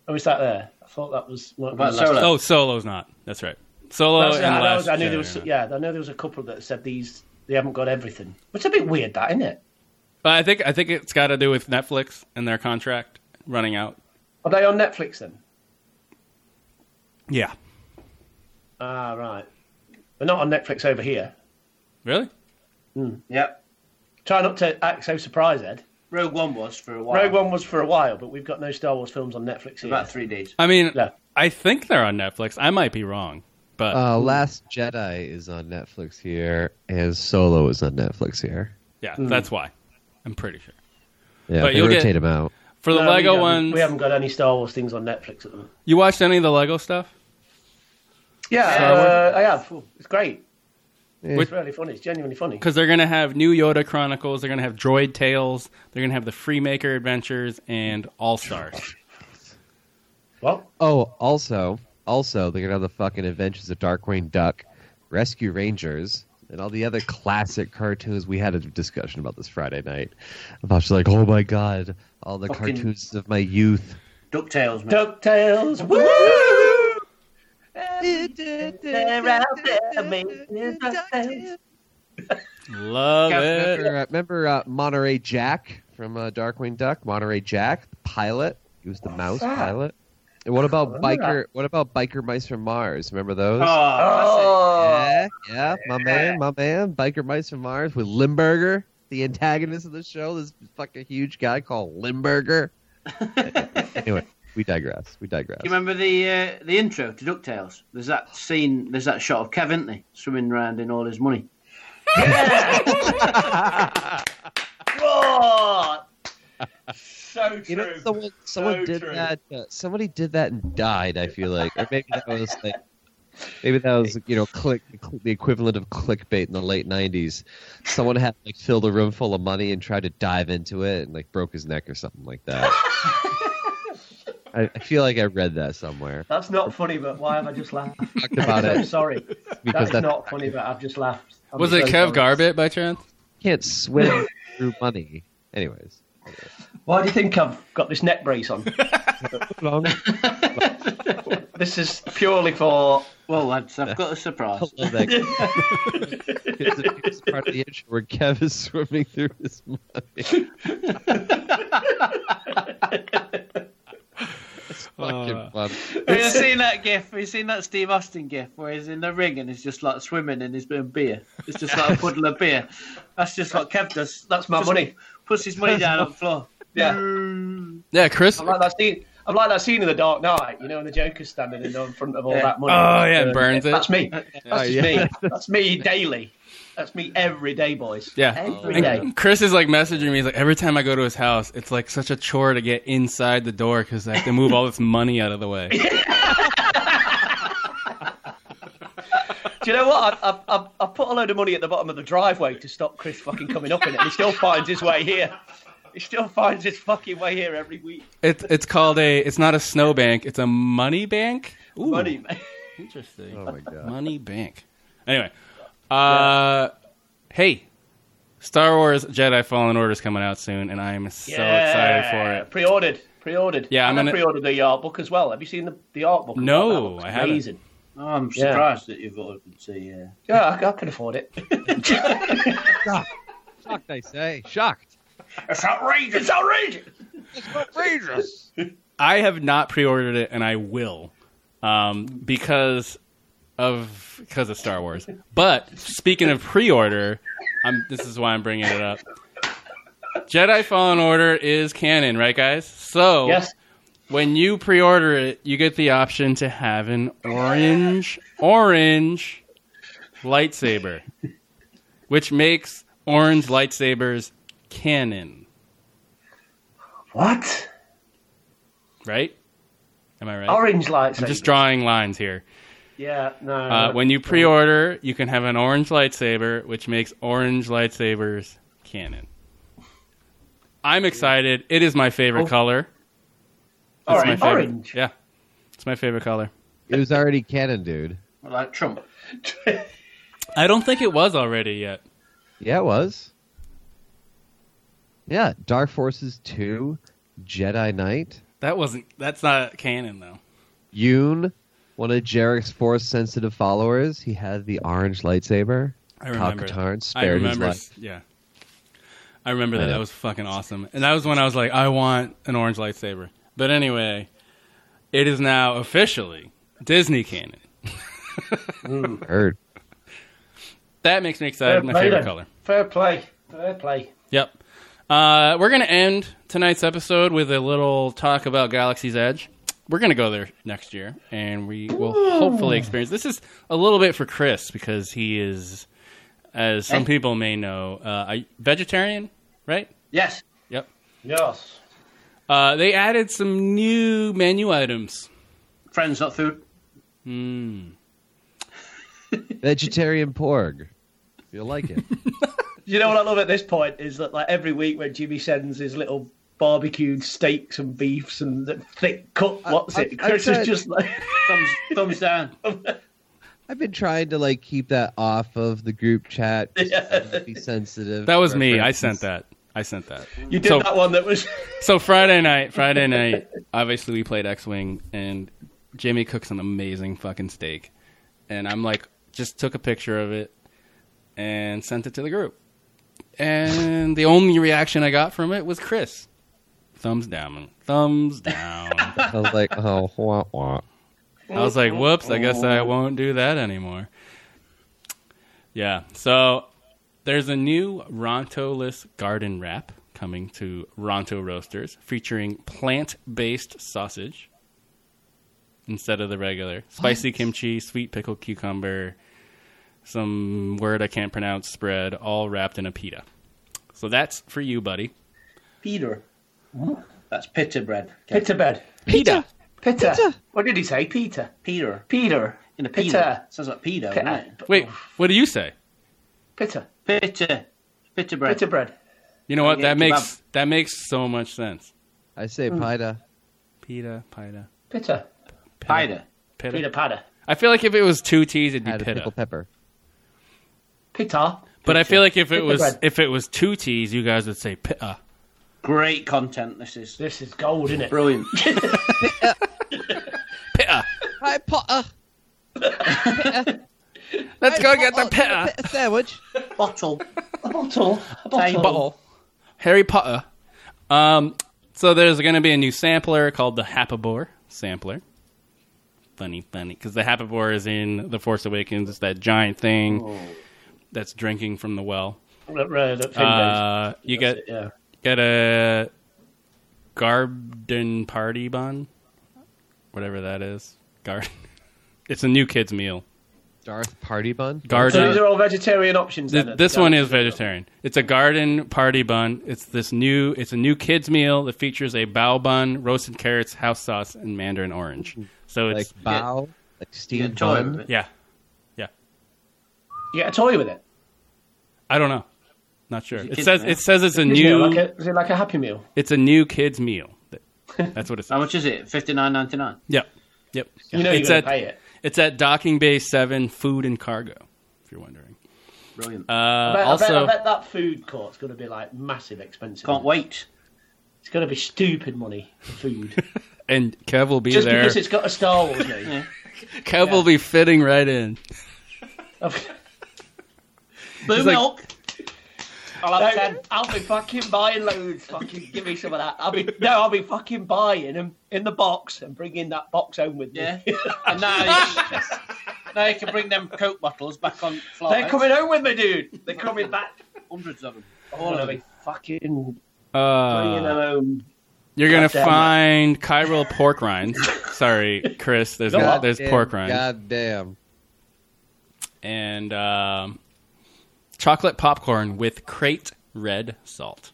Speaker 8: Or is that there? I thought that was what
Speaker 9: About
Speaker 8: was last-
Speaker 9: Solo?
Speaker 7: Oh, Solo's not. That's right. Solo
Speaker 8: That's-
Speaker 7: and
Speaker 8: I, know-
Speaker 7: Last
Speaker 8: I knew there
Speaker 7: Jedi
Speaker 8: was
Speaker 7: are not.
Speaker 8: yeah, I know there was a couple that said these they haven't got everything. Which is a bit weird, that isn't it?
Speaker 7: But I think I think it's got to do with Netflix and their contract running out.
Speaker 8: Are they on Netflix then?
Speaker 7: Yeah.
Speaker 8: Ah, right. They're not on Netflix over here.
Speaker 7: Really?
Speaker 9: Yep.
Speaker 8: Try not to act so surprised, Ed.
Speaker 9: Rogue One was for a while.
Speaker 8: Rogue One was for a while, but we've got no Star Wars films on Netflix here.
Speaker 9: About three days.
Speaker 7: I mean,
Speaker 8: No.
Speaker 7: I think they're on Netflix. I might be wrong, but
Speaker 6: Uh, Last Jedi is on Netflix here, and Solo is on Netflix here.
Speaker 7: yeah, that's why. I'm pretty sure.
Speaker 6: Yeah,
Speaker 7: But
Speaker 6: they
Speaker 7: you'll
Speaker 6: rotate
Speaker 7: get-
Speaker 6: them out.
Speaker 7: For the
Speaker 8: No, we
Speaker 7: Lego
Speaker 8: haven't-
Speaker 7: ones,
Speaker 8: We haven't got any Star Wars things on Netflix at the moment.
Speaker 7: you watched any of the Lego stuff?
Speaker 8: Yeah, uh, I have. It's great.
Speaker 6: Yeah.
Speaker 8: It's really funny. It's genuinely funny.
Speaker 7: Because they're gonna have new Yoda Chronicles. They're gonna have Droid Tales. They're gonna have the Freemaker Adventures and All Stars.
Speaker 8: Well,
Speaker 6: Oh, also, also, they're gonna have the fucking Adventures of Darkwing Duck, Rescue Rangers, and all the other classic cartoons. We had a discussion about this Friday night. About just like, oh my god, all the
Speaker 9: Fucking-
Speaker 6: cartoons of my youth.
Speaker 9: Ducktales, mate.
Speaker 8: DuckTales. Woo! They're out there, mate. There's DuckTales.
Speaker 7: Love it.
Speaker 6: Remember, uh, remember uh, Monterey Jack from uh, Darkwing Duck? Monterey Jack, the pilot. He was the mouse
Speaker 8: that?
Speaker 6: pilot. And what about
Speaker 8: remember
Speaker 6: biker? What about biker mice from Mars? Remember
Speaker 9: Ah,
Speaker 6: those?
Speaker 9: Oh,
Speaker 6: Yeah, yeah, my man, my man, Biker Mice from Mars with Limburger, the antagonist of the show. This fucking huge guy called Limburger. anyway, we digress. We digress.
Speaker 9: You remember the uh, the intro to Ducktales? There's that scene. There's that shot of Kev, isn't he, swimming around in all his money.
Speaker 8: What? So true.
Speaker 6: You know, someone someone
Speaker 8: So
Speaker 6: did
Speaker 8: true.
Speaker 6: that. Uh, somebody did that and died. I feel like, or maybe that was like, maybe that was you know, click the equivalent of clickbait in the late '90s. Someone had like filled a room full of money and tried to dive into it and like broke his neck or something like that. I, I feel like I read that somewhere.
Speaker 8: That's not funny, but why have I just laughed?
Speaker 6: Talked about
Speaker 8: I'm
Speaker 6: it
Speaker 8: sorry.
Speaker 6: because
Speaker 8: That's
Speaker 6: that
Speaker 8: not funny, but I've just laughed. I'm
Speaker 7: Was
Speaker 8: so
Speaker 7: it Kev
Speaker 8: sorry.
Speaker 7: Garbett by chance?
Speaker 6: can't swim through money. Anyways,
Speaker 8: Why do you think I've got this neck brace on?
Speaker 6: long
Speaker 8: this is purely for.
Speaker 9: Well, lads, I've got a surprise.
Speaker 6: Hello, that it's, it's part of the intro where Kev is swimming through his money. It's fucking
Speaker 7: Uh,
Speaker 6: fun.
Speaker 9: Have you seen that gif? Have you seen that Steve Austin gif where he's in the ring and he's just like swimming in his own beer? It's just like a puddle of beer. That's just what Kev does.
Speaker 8: That's my
Speaker 9: Just
Speaker 8: money.
Speaker 9: Puts his money down on the floor.
Speaker 8: Yeah.
Speaker 7: Yeah, Chris.
Speaker 8: I'm like that scene. I'm like that scene in The Dark Knight, you know, when the Joker's standing in front of all
Speaker 9: Yeah.
Speaker 8: that money. Uh,
Speaker 7: Oh, yeah, and burns it.
Speaker 8: That's me. That's
Speaker 6: Oh,
Speaker 8: just
Speaker 6: yeah.
Speaker 8: me. That's me daily. That's me every day, boys.
Speaker 7: Yeah.
Speaker 8: Every
Speaker 7: And
Speaker 8: day.
Speaker 7: Chris is like messaging me. He's like, every time I go to his house, it's like such a chore to get inside the door because I have to move all this money out of the way.
Speaker 8: Do you know what? I, I, I, I put a load of money at the bottom of the driveway to stop Chris fucking coming up in it, and he still finds his way here. He still finds his fucking way here every week.
Speaker 7: It's it's called a. It's not a snowbank. It's a money bank. Ooh,
Speaker 8: Money, man.
Speaker 7: Interesting.
Speaker 6: Oh my god.
Speaker 7: Money bank. Anyway, uh, hey, Star Wars Jedi Fallen Order is coming out soon, and I am so excited for it.
Speaker 8: Pre-ordered. Pre-ordered.
Speaker 7: Yeah, I'm
Speaker 8: and I
Speaker 7: gonna-
Speaker 8: pre-ordered the art book as well. Have you seen the, the art book?
Speaker 7: No,
Speaker 8: That looks
Speaker 7: I haven't.
Speaker 8: Amazing.
Speaker 9: Oh, I'm
Speaker 8: Yeah.
Speaker 9: surprised that you've got to see. Uh...
Speaker 8: Yeah, I, I can afford it.
Speaker 6: Shocked, I say. Shocked.
Speaker 8: it's outrageous. It's outrageous.
Speaker 7: I have not pre-ordered it, and I will, um, because of because of Star Wars. But speaking of pre-order, I'm, this is why I'm bringing it up. Jedi Fallen Order is canon, right, guys? So
Speaker 8: Yes.
Speaker 7: when you pre-order it, you get the option to have an orange, orange lightsaber, which makes orange lightsabers canon,
Speaker 8: What?
Speaker 7: right? Am I right?
Speaker 8: Orange lightsaber.
Speaker 7: I'm just drawing lines here.
Speaker 8: Yeah, no.
Speaker 7: Uh, when you pre-order, you can have an orange lightsaber, which makes orange lightsabers canon. I'm excited. It is my favorite
Speaker 8: Oh.
Speaker 7: color. It's my
Speaker 8: orange.
Speaker 7: favorite.
Speaker 8: orange.
Speaker 7: Yeah, it's my favorite color.
Speaker 6: It was already canon, dude.
Speaker 9: Like Trump.
Speaker 7: I don't think it was already yet.
Speaker 6: Yeah, it was. Yeah, Dark Forces 2, Jedi Knight.
Speaker 7: That wasn't. That's not canon though.
Speaker 6: Yoon, one of Jarek's force sensitive followers, he had the orange lightsaber.
Speaker 7: I remember.
Speaker 6: Tarn
Speaker 7: I
Speaker 6: spared
Speaker 7: remember.
Speaker 6: his life.
Speaker 7: Yeah. I remember that.
Speaker 6: Yeah.
Speaker 7: That was fucking awesome. And that was when I was like, I want an orange lightsaber. But anyway, it is now officially Disney canon.
Speaker 6: Heard.
Speaker 7: That makes me excited. My favorite
Speaker 8: then.
Speaker 7: color.
Speaker 8: Fair play. Fair play.
Speaker 7: Yep. Uh, we're going to end tonight's episode with a little talk about Galaxy's Edge. We're going to go there next year, and we will hopefully experience. This is a little bit for Chris because he is, as some people may know, uh, a vegetarian, right?
Speaker 8: Yes.
Speaker 7: Yep.
Speaker 8: Yes.
Speaker 7: Uh, they added some new menu items.
Speaker 9: Friends, not food.
Speaker 7: Mm.
Speaker 6: Vegetarian porg. You'll like it.
Speaker 8: You know what I love at this point is that like every week when Jimmy sends his little barbecued steaks and beefs and the thick cut, what's
Speaker 6: I-
Speaker 8: it?
Speaker 6: I- I
Speaker 8: Chris
Speaker 6: said-
Speaker 8: is just like
Speaker 9: Thumbs, thumbs down.
Speaker 6: I've been trying to like keep that off of the group chat. Be sensitive.
Speaker 7: That was me. I
Speaker 6: references.
Speaker 7: sent that. I sent that.
Speaker 8: you did
Speaker 7: So-
Speaker 8: that one that was
Speaker 7: So Friday night, Friday night, obviously we played X Wing, and Jimmy cooks an amazing fucking steak, and I'm like, just took a picture of it and sent it to the group, and the only reaction I got from it was Chris, thumbs down, thumbs down. I
Speaker 6: I was like, oh, wah, wah.
Speaker 7: was like, whoops, I guess I won't do that anymore. Yeah. So there's a new Ronto-less garden wrap coming to Ronto Roasters featuring plant-based sausage instead of the regular spicy kimchi, sweet pickled cucumber, some word I can't pronounce spread, all wrapped in a pita. So that's for you, buddy.
Speaker 9: Peter. That's pita bread. Okay.
Speaker 8: Peter bed.
Speaker 7: Pita.
Speaker 8: Peter. What did he say? Peter.
Speaker 9: Peter.
Speaker 8: Peter.
Speaker 9: In a
Speaker 8: Peter.
Speaker 9: pita. Sounds like pedo, doesn't it?
Speaker 7: Wait, what do you say?
Speaker 8: Peter.
Speaker 9: Pita. Pita bread.
Speaker 8: Peter bread.
Speaker 7: You know what?
Speaker 9: Yeah,
Speaker 7: That makes that makes so much sense.
Speaker 6: I say
Speaker 7: Mm.
Speaker 6: pita.
Speaker 7: Pita, pita,
Speaker 8: Peter.
Speaker 9: Pita.
Speaker 7: pita.
Speaker 8: Peter Padder.
Speaker 7: I feel like if it was two T's, it'd be
Speaker 6: Had a
Speaker 7: pita.
Speaker 6: pickled pepper.
Speaker 8: Peter.
Speaker 7: But I feel like if it
Speaker 8: Pita
Speaker 7: was
Speaker 8: bread.
Speaker 7: if it was two T's, you guys would say pita.
Speaker 9: Great content this is.
Speaker 8: This is gold, isn't it?
Speaker 9: Brilliant.
Speaker 7: Pita.
Speaker 6: Hi, uh, Potter.
Speaker 7: Let's go get the pita
Speaker 6: oh, sandwich.
Speaker 9: Bottle.
Speaker 8: A bottle. A bottle.
Speaker 7: bottle. Harry Potter. Um, so there's going to be a new sampler called the Hapabore sampler. Funny, funny, because the Hapabore is in the Force Awakens. It's that giant thing that's drinking from the well.
Speaker 8: Right, right, that thing
Speaker 7: Uh, you
Speaker 8: goes.
Speaker 7: get
Speaker 8: yeah.
Speaker 7: get a garden party bun, whatever that is. Garden. It's a new kids meal.
Speaker 6: Darth Party Bun.
Speaker 7: Garden.
Speaker 8: So these are all vegetarian options.
Speaker 7: Th-
Speaker 8: then, at the
Speaker 7: this one
Speaker 8: garden.
Speaker 7: is vegetarian. It's a garden party bun. It's this new. It's a new kids meal that features a bao bun, roasted carrots, house sauce, and mandarin orange. So
Speaker 6: Like
Speaker 7: it's
Speaker 6: bow. Like
Speaker 9: You
Speaker 6: steamed
Speaker 9: enjoy
Speaker 8: Um,
Speaker 6: bun.
Speaker 9: it.
Speaker 7: yeah.
Speaker 8: You get a toy with it.
Speaker 7: I don't know. Not sure. It
Speaker 9: kids
Speaker 7: says
Speaker 9: meal?
Speaker 7: it says it's a
Speaker 8: Isn't it
Speaker 7: new.
Speaker 8: like a, is it like a Happy Meal?
Speaker 7: It's a new kids meal. That- That's what it
Speaker 9: How
Speaker 7: says.
Speaker 9: much is it? Fifty nine ninety nine.
Speaker 7: Yep. Yep.
Speaker 8: You know
Speaker 7: it's
Speaker 8: you're
Speaker 7: at
Speaker 8: gonna pay it.
Speaker 7: it's at Docking Bay Seven Food and Cargo. If you're wondering.
Speaker 9: Brilliant.
Speaker 7: Uh,
Speaker 8: I bet, I, bet,
Speaker 7: also,
Speaker 8: I bet that food court's going to be like massive expensive.
Speaker 9: Can't wait.
Speaker 8: It's going to be stupid money for food.
Speaker 7: and Kev will be
Speaker 8: Just
Speaker 7: there.
Speaker 8: because it's got a Star Wars name.
Speaker 7: Kev will be fitting right in.
Speaker 9: Blue
Speaker 7: like-
Speaker 9: milk.
Speaker 8: I'll, have ten. I'll be fucking buying loads. Fucking give me some of that. I'll be no, I'll be fucking buying them in the box and bringing that box home with me.
Speaker 9: Yeah. and now you, now you can bring them Coke bottles back on flights.
Speaker 8: They're coming home with me, dude. They're coming back.
Speaker 9: Hundreds of them.
Speaker 8: Oh,
Speaker 9: All of
Speaker 8: they'll
Speaker 9: them.
Speaker 8: be fucking
Speaker 7: Uh,
Speaker 8: bringing them home.
Speaker 7: You're gonna
Speaker 8: Goddamn it.
Speaker 7: find chiral pork rinds. Sorry, Chris. There's
Speaker 8: God
Speaker 7: there's pork rinds
Speaker 6: God damn.
Speaker 7: and um, chocolate popcorn with crate red salt.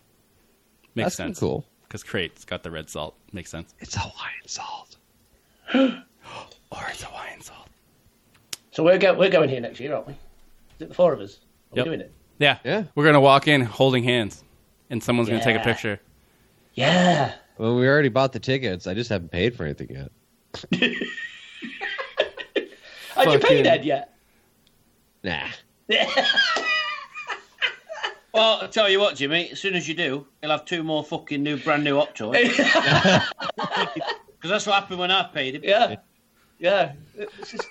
Speaker 7: Makes
Speaker 6: That's
Speaker 7: sense.
Speaker 6: cool.
Speaker 7: Because crate's got the red salt. Makes sense.
Speaker 6: It's Hawaiian salt.
Speaker 7: Or it's Hawaiian salt.
Speaker 8: So we're go- we're going here next year, aren't we? Is it the four of us? Are
Speaker 7: Yep.
Speaker 8: we doing it?
Speaker 7: Yeah.
Speaker 6: Yeah.
Speaker 7: We're gonna walk in holding hands, and someone's gonna take a
Speaker 8: Yeah.
Speaker 7: picture.
Speaker 8: Yeah.
Speaker 6: Well, we already bought the tickets. I just haven't paid for anything yet.
Speaker 8: Had you
Speaker 7: Fucking-
Speaker 8: paid Ed yet?
Speaker 6: Nah.
Speaker 9: Well, I'll tell you what, Jimmy. As soon as you do, you'll have two more fucking new, brand new hot toys. Because that's what happened when I paid him.
Speaker 8: Yeah. Yeah. It's just-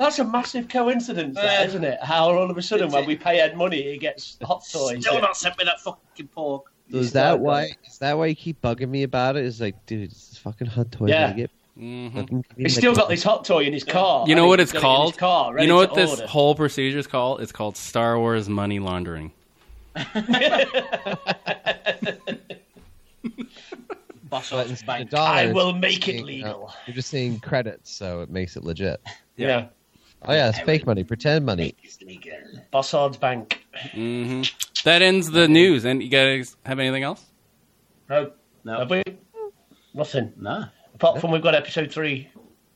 Speaker 8: that's a massive coincidence, that,
Speaker 9: Yeah.
Speaker 8: isn't it? How all of a sudden, when we pay Ed money, he gets hot toys.
Speaker 9: Still not sent me that fucking pork.
Speaker 6: So is that why? Is that why you keep bugging me about it? It's like, dude, it's this fucking hot toy.
Speaker 8: Yeah.
Speaker 6: I Get
Speaker 7: Mhm.
Speaker 6: fucking
Speaker 8: He's still got this hot toy in his car.
Speaker 7: You
Speaker 8: and
Speaker 7: know what it's
Speaker 8: he's got it in his
Speaker 7: called?
Speaker 8: Car,
Speaker 7: you
Speaker 8: ready
Speaker 7: know
Speaker 8: to
Speaker 7: what this
Speaker 8: order.
Speaker 7: whole procedure is called? It's called Star Wars money laundering.
Speaker 9: Boss
Speaker 6: But
Speaker 9: off
Speaker 6: instead of
Speaker 9: bank.
Speaker 6: dollars,
Speaker 8: I will make it
Speaker 6: you're saying, uh,
Speaker 8: legal.
Speaker 6: You're just saying credits, so it makes it legit.
Speaker 8: Yeah.
Speaker 6: Oh yeah, it's fake money, pretend money.
Speaker 8: Bossard's Bank. Mm-hmm.
Speaker 7: hmm That ends the news. And you guys have anything else?
Speaker 8: No,
Speaker 9: No,
Speaker 8: have we? Nothing.
Speaker 9: no.
Speaker 8: Apart from we've got episode three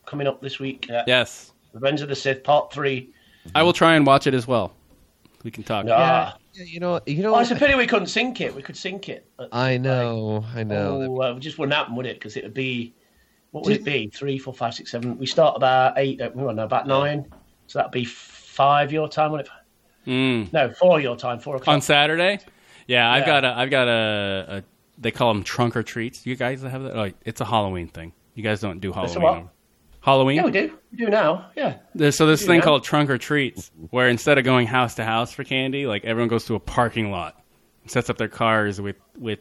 Speaker 8: coming up this week. Yeah.
Speaker 7: Yes,
Speaker 8: Revenge of the Sith, part three.
Speaker 7: I will try and watch it as well. We can talk.
Speaker 8: Ah.
Speaker 6: Yeah, you know, you know.
Speaker 8: Oh, it's a
Speaker 6: what?
Speaker 8: pity we couldn't sync it. We could sync it. Uh,
Speaker 6: I know, I know.
Speaker 8: Oh, uh, it just wouldn't happen, would it? Because it would be, what would it be? Three, four, five, six, seven. We start about eight. uh, Well, no, about nine. So that'd be five your time, would it?
Speaker 7: Mm.
Speaker 8: No, four your time. Four o'clock.
Speaker 7: On Saturday? Yeah, I've
Speaker 8: Yeah.
Speaker 7: got a. I've got a, a. They call them trunk or treats. You guys have that? Oh, it's a Halloween thing. You guys don't do Halloween.
Speaker 8: a what?
Speaker 7: over- Halloween.
Speaker 8: yeah, we do. We do now. Yeah.
Speaker 7: There's, so this thing
Speaker 8: Yeah.
Speaker 7: called trunk or treats, where instead of going house to house for candy, like everyone goes to a parking lot, and sets up their cars with with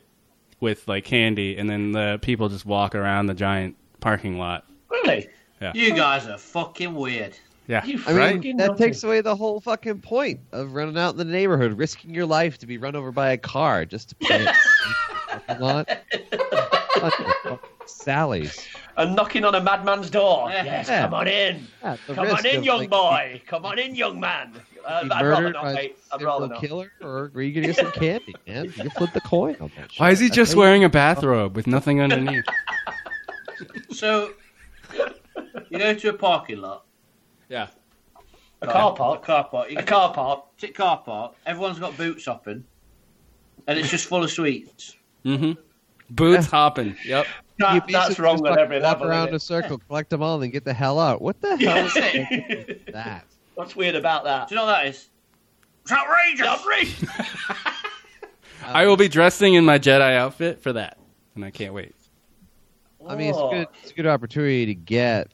Speaker 7: with like candy, and then the people just walk around the giant parking lot.
Speaker 8: Really?
Speaker 9: You guys are fucking weird.
Speaker 7: Yeah,
Speaker 8: You
Speaker 6: I
Speaker 8: right?
Speaker 6: mean, that takes away the whole fucking point of running out in the neighborhood, risking your life to be run over by a car just to play. it. Fucking lot. Fucking fucking Sally's.
Speaker 8: And knocking on a madman's door.
Speaker 9: Yeah.
Speaker 8: Yes,
Speaker 6: Yeah.
Speaker 8: come on in.
Speaker 6: Yeah, the
Speaker 8: Come
Speaker 6: risk
Speaker 8: on in,
Speaker 6: of,
Speaker 8: young
Speaker 6: like,
Speaker 8: boy. Come on in, young man. Uh,
Speaker 6: be
Speaker 8: I'd rather
Speaker 6: murdered
Speaker 8: not,
Speaker 6: by
Speaker 8: mate.
Speaker 6: a
Speaker 8: I'd rather
Speaker 6: serial
Speaker 8: not.
Speaker 6: killer, or are you gonna get some candy, man? You flip the coin on that.
Speaker 7: Why
Speaker 6: shit.
Speaker 7: is he
Speaker 6: I
Speaker 7: just
Speaker 6: think-
Speaker 7: wearing a bathrobe with nothing underneath?
Speaker 9: So you go to a parking lot,
Speaker 7: yeah.
Speaker 8: A car
Speaker 9: a
Speaker 8: park.
Speaker 9: car park, you
Speaker 8: A
Speaker 9: go
Speaker 8: car park.
Speaker 9: to a car park. Everyone's got boots open, and it's just full of sweets.
Speaker 7: Mm-hmm. Boots hopping. Yep.
Speaker 6: You
Speaker 8: That,
Speaker 6: basically
Speaker 8: that's wrong
Speaker 6: just
Speaker 8: on
Speaker 6: fucking
Speaker 8: every
Speaker 6: Walk
Speaker 8: level.
Speaker 6: around in
Speaker 8: isn't
Speaker 6: a circle, collect them all, and then get the hell out. What the hell is
Speaker 8: it?
Speaker 6: that?
Speaker 8: What's weird about that?
Speaker 9: Do you know what that is? It's outrageous.
Speaker 8: outrageous.
Speaker 7: I will be dressing in my Jedi outfit for that, and I can't wait.
Speaker 6: I mean, it's a good, it's a good opportunity to get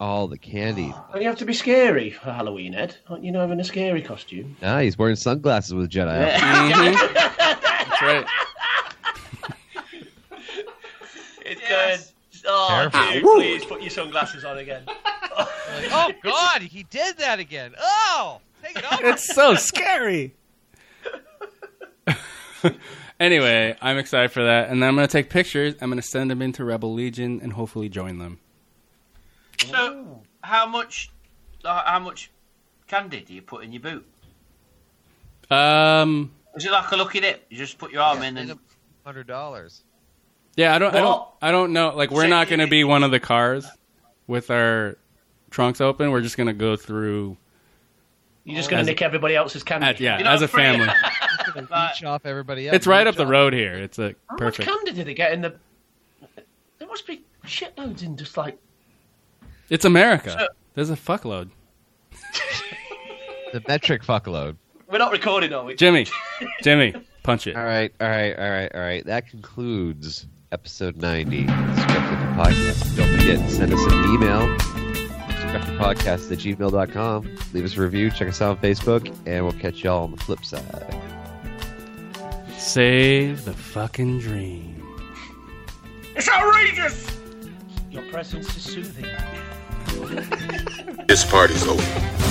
Speaker 6: all the candy.
Speaker 8: And you have to be scary for Halloween, Ed. Aren't you not having a scary costume?
Speaker 6: Now he's wearing sunglasses with Jedi. outfit.
Speaker 7: Mhm. That's right.
Speaker 8: It's
Speaker 9: Yes.
Speaker 8: good. Oh,
Speaker 7: Ah,
Speaker 6: Terrifying.
Speaker 8: dude, please put your sunglasses on again.
Speaker 6: Oh God, he did that again. Oh, take it off.
Speaker 7: It's so scary. anyway, I'm excited for that, and then I'm gonna take pictures. I'm gonna send them into Rebel Legion and hopefully join them.
Speaker 9: So Oh. how much? like, How much candy do you put in your boot?
Speaker 7: Um,
Speaker 9: Is it like a lucky dip? You just put your arm in and
Speaker 6: Hundred dollars.
Speaker 7: yeah, I don't, I don't,
Speaker 8: Well-
Speaker 7: I don't know. Like, we're not gonna be one of the cars with our trunks open. We're just gonna go through.
Speaker 8: You're just going
Speaker 7: As-
Speaker 8: to nick everybody else's candy.
Speaker 7: At, yeah,
Speaker 9: You're not
Speaker 7: as a
Speaker 9: free.
Speaker 7: family.
Speaker 9: Like,
Speaker 6: Beach off everybody. Else.
Speaker 7: It's right up
Speaker 6: Beach
Speaker 7: the
Speaker 6: off.
Speaker 7: road here. It's a
Speaker 8: How
Speaker 7: perfect.
Speaker 8: much candy did they get in the? There must be shitloads in just like
Speaker 7: It's America. There's a fuckload.
Speaker 6: The metric fuckload.
Speaker 8: we're not recording, are we?
Speaker 7: Jimmy, Jimmy, punch it.
Speaker 6: All right, all right, all right, all right. That concludes episode 90 of Scripted the Podcast. Don't forget to send us an email, scriptedpodcast at gmail.com. Leave us a review, check us out on Facebook, and we'll catch y'all on the flip side.
Speaker 7: Save the fucking dream.
Speaker 9: it's outrageous.
Speaker 8: Your presence is soothing.
Speaker 2: This party's over.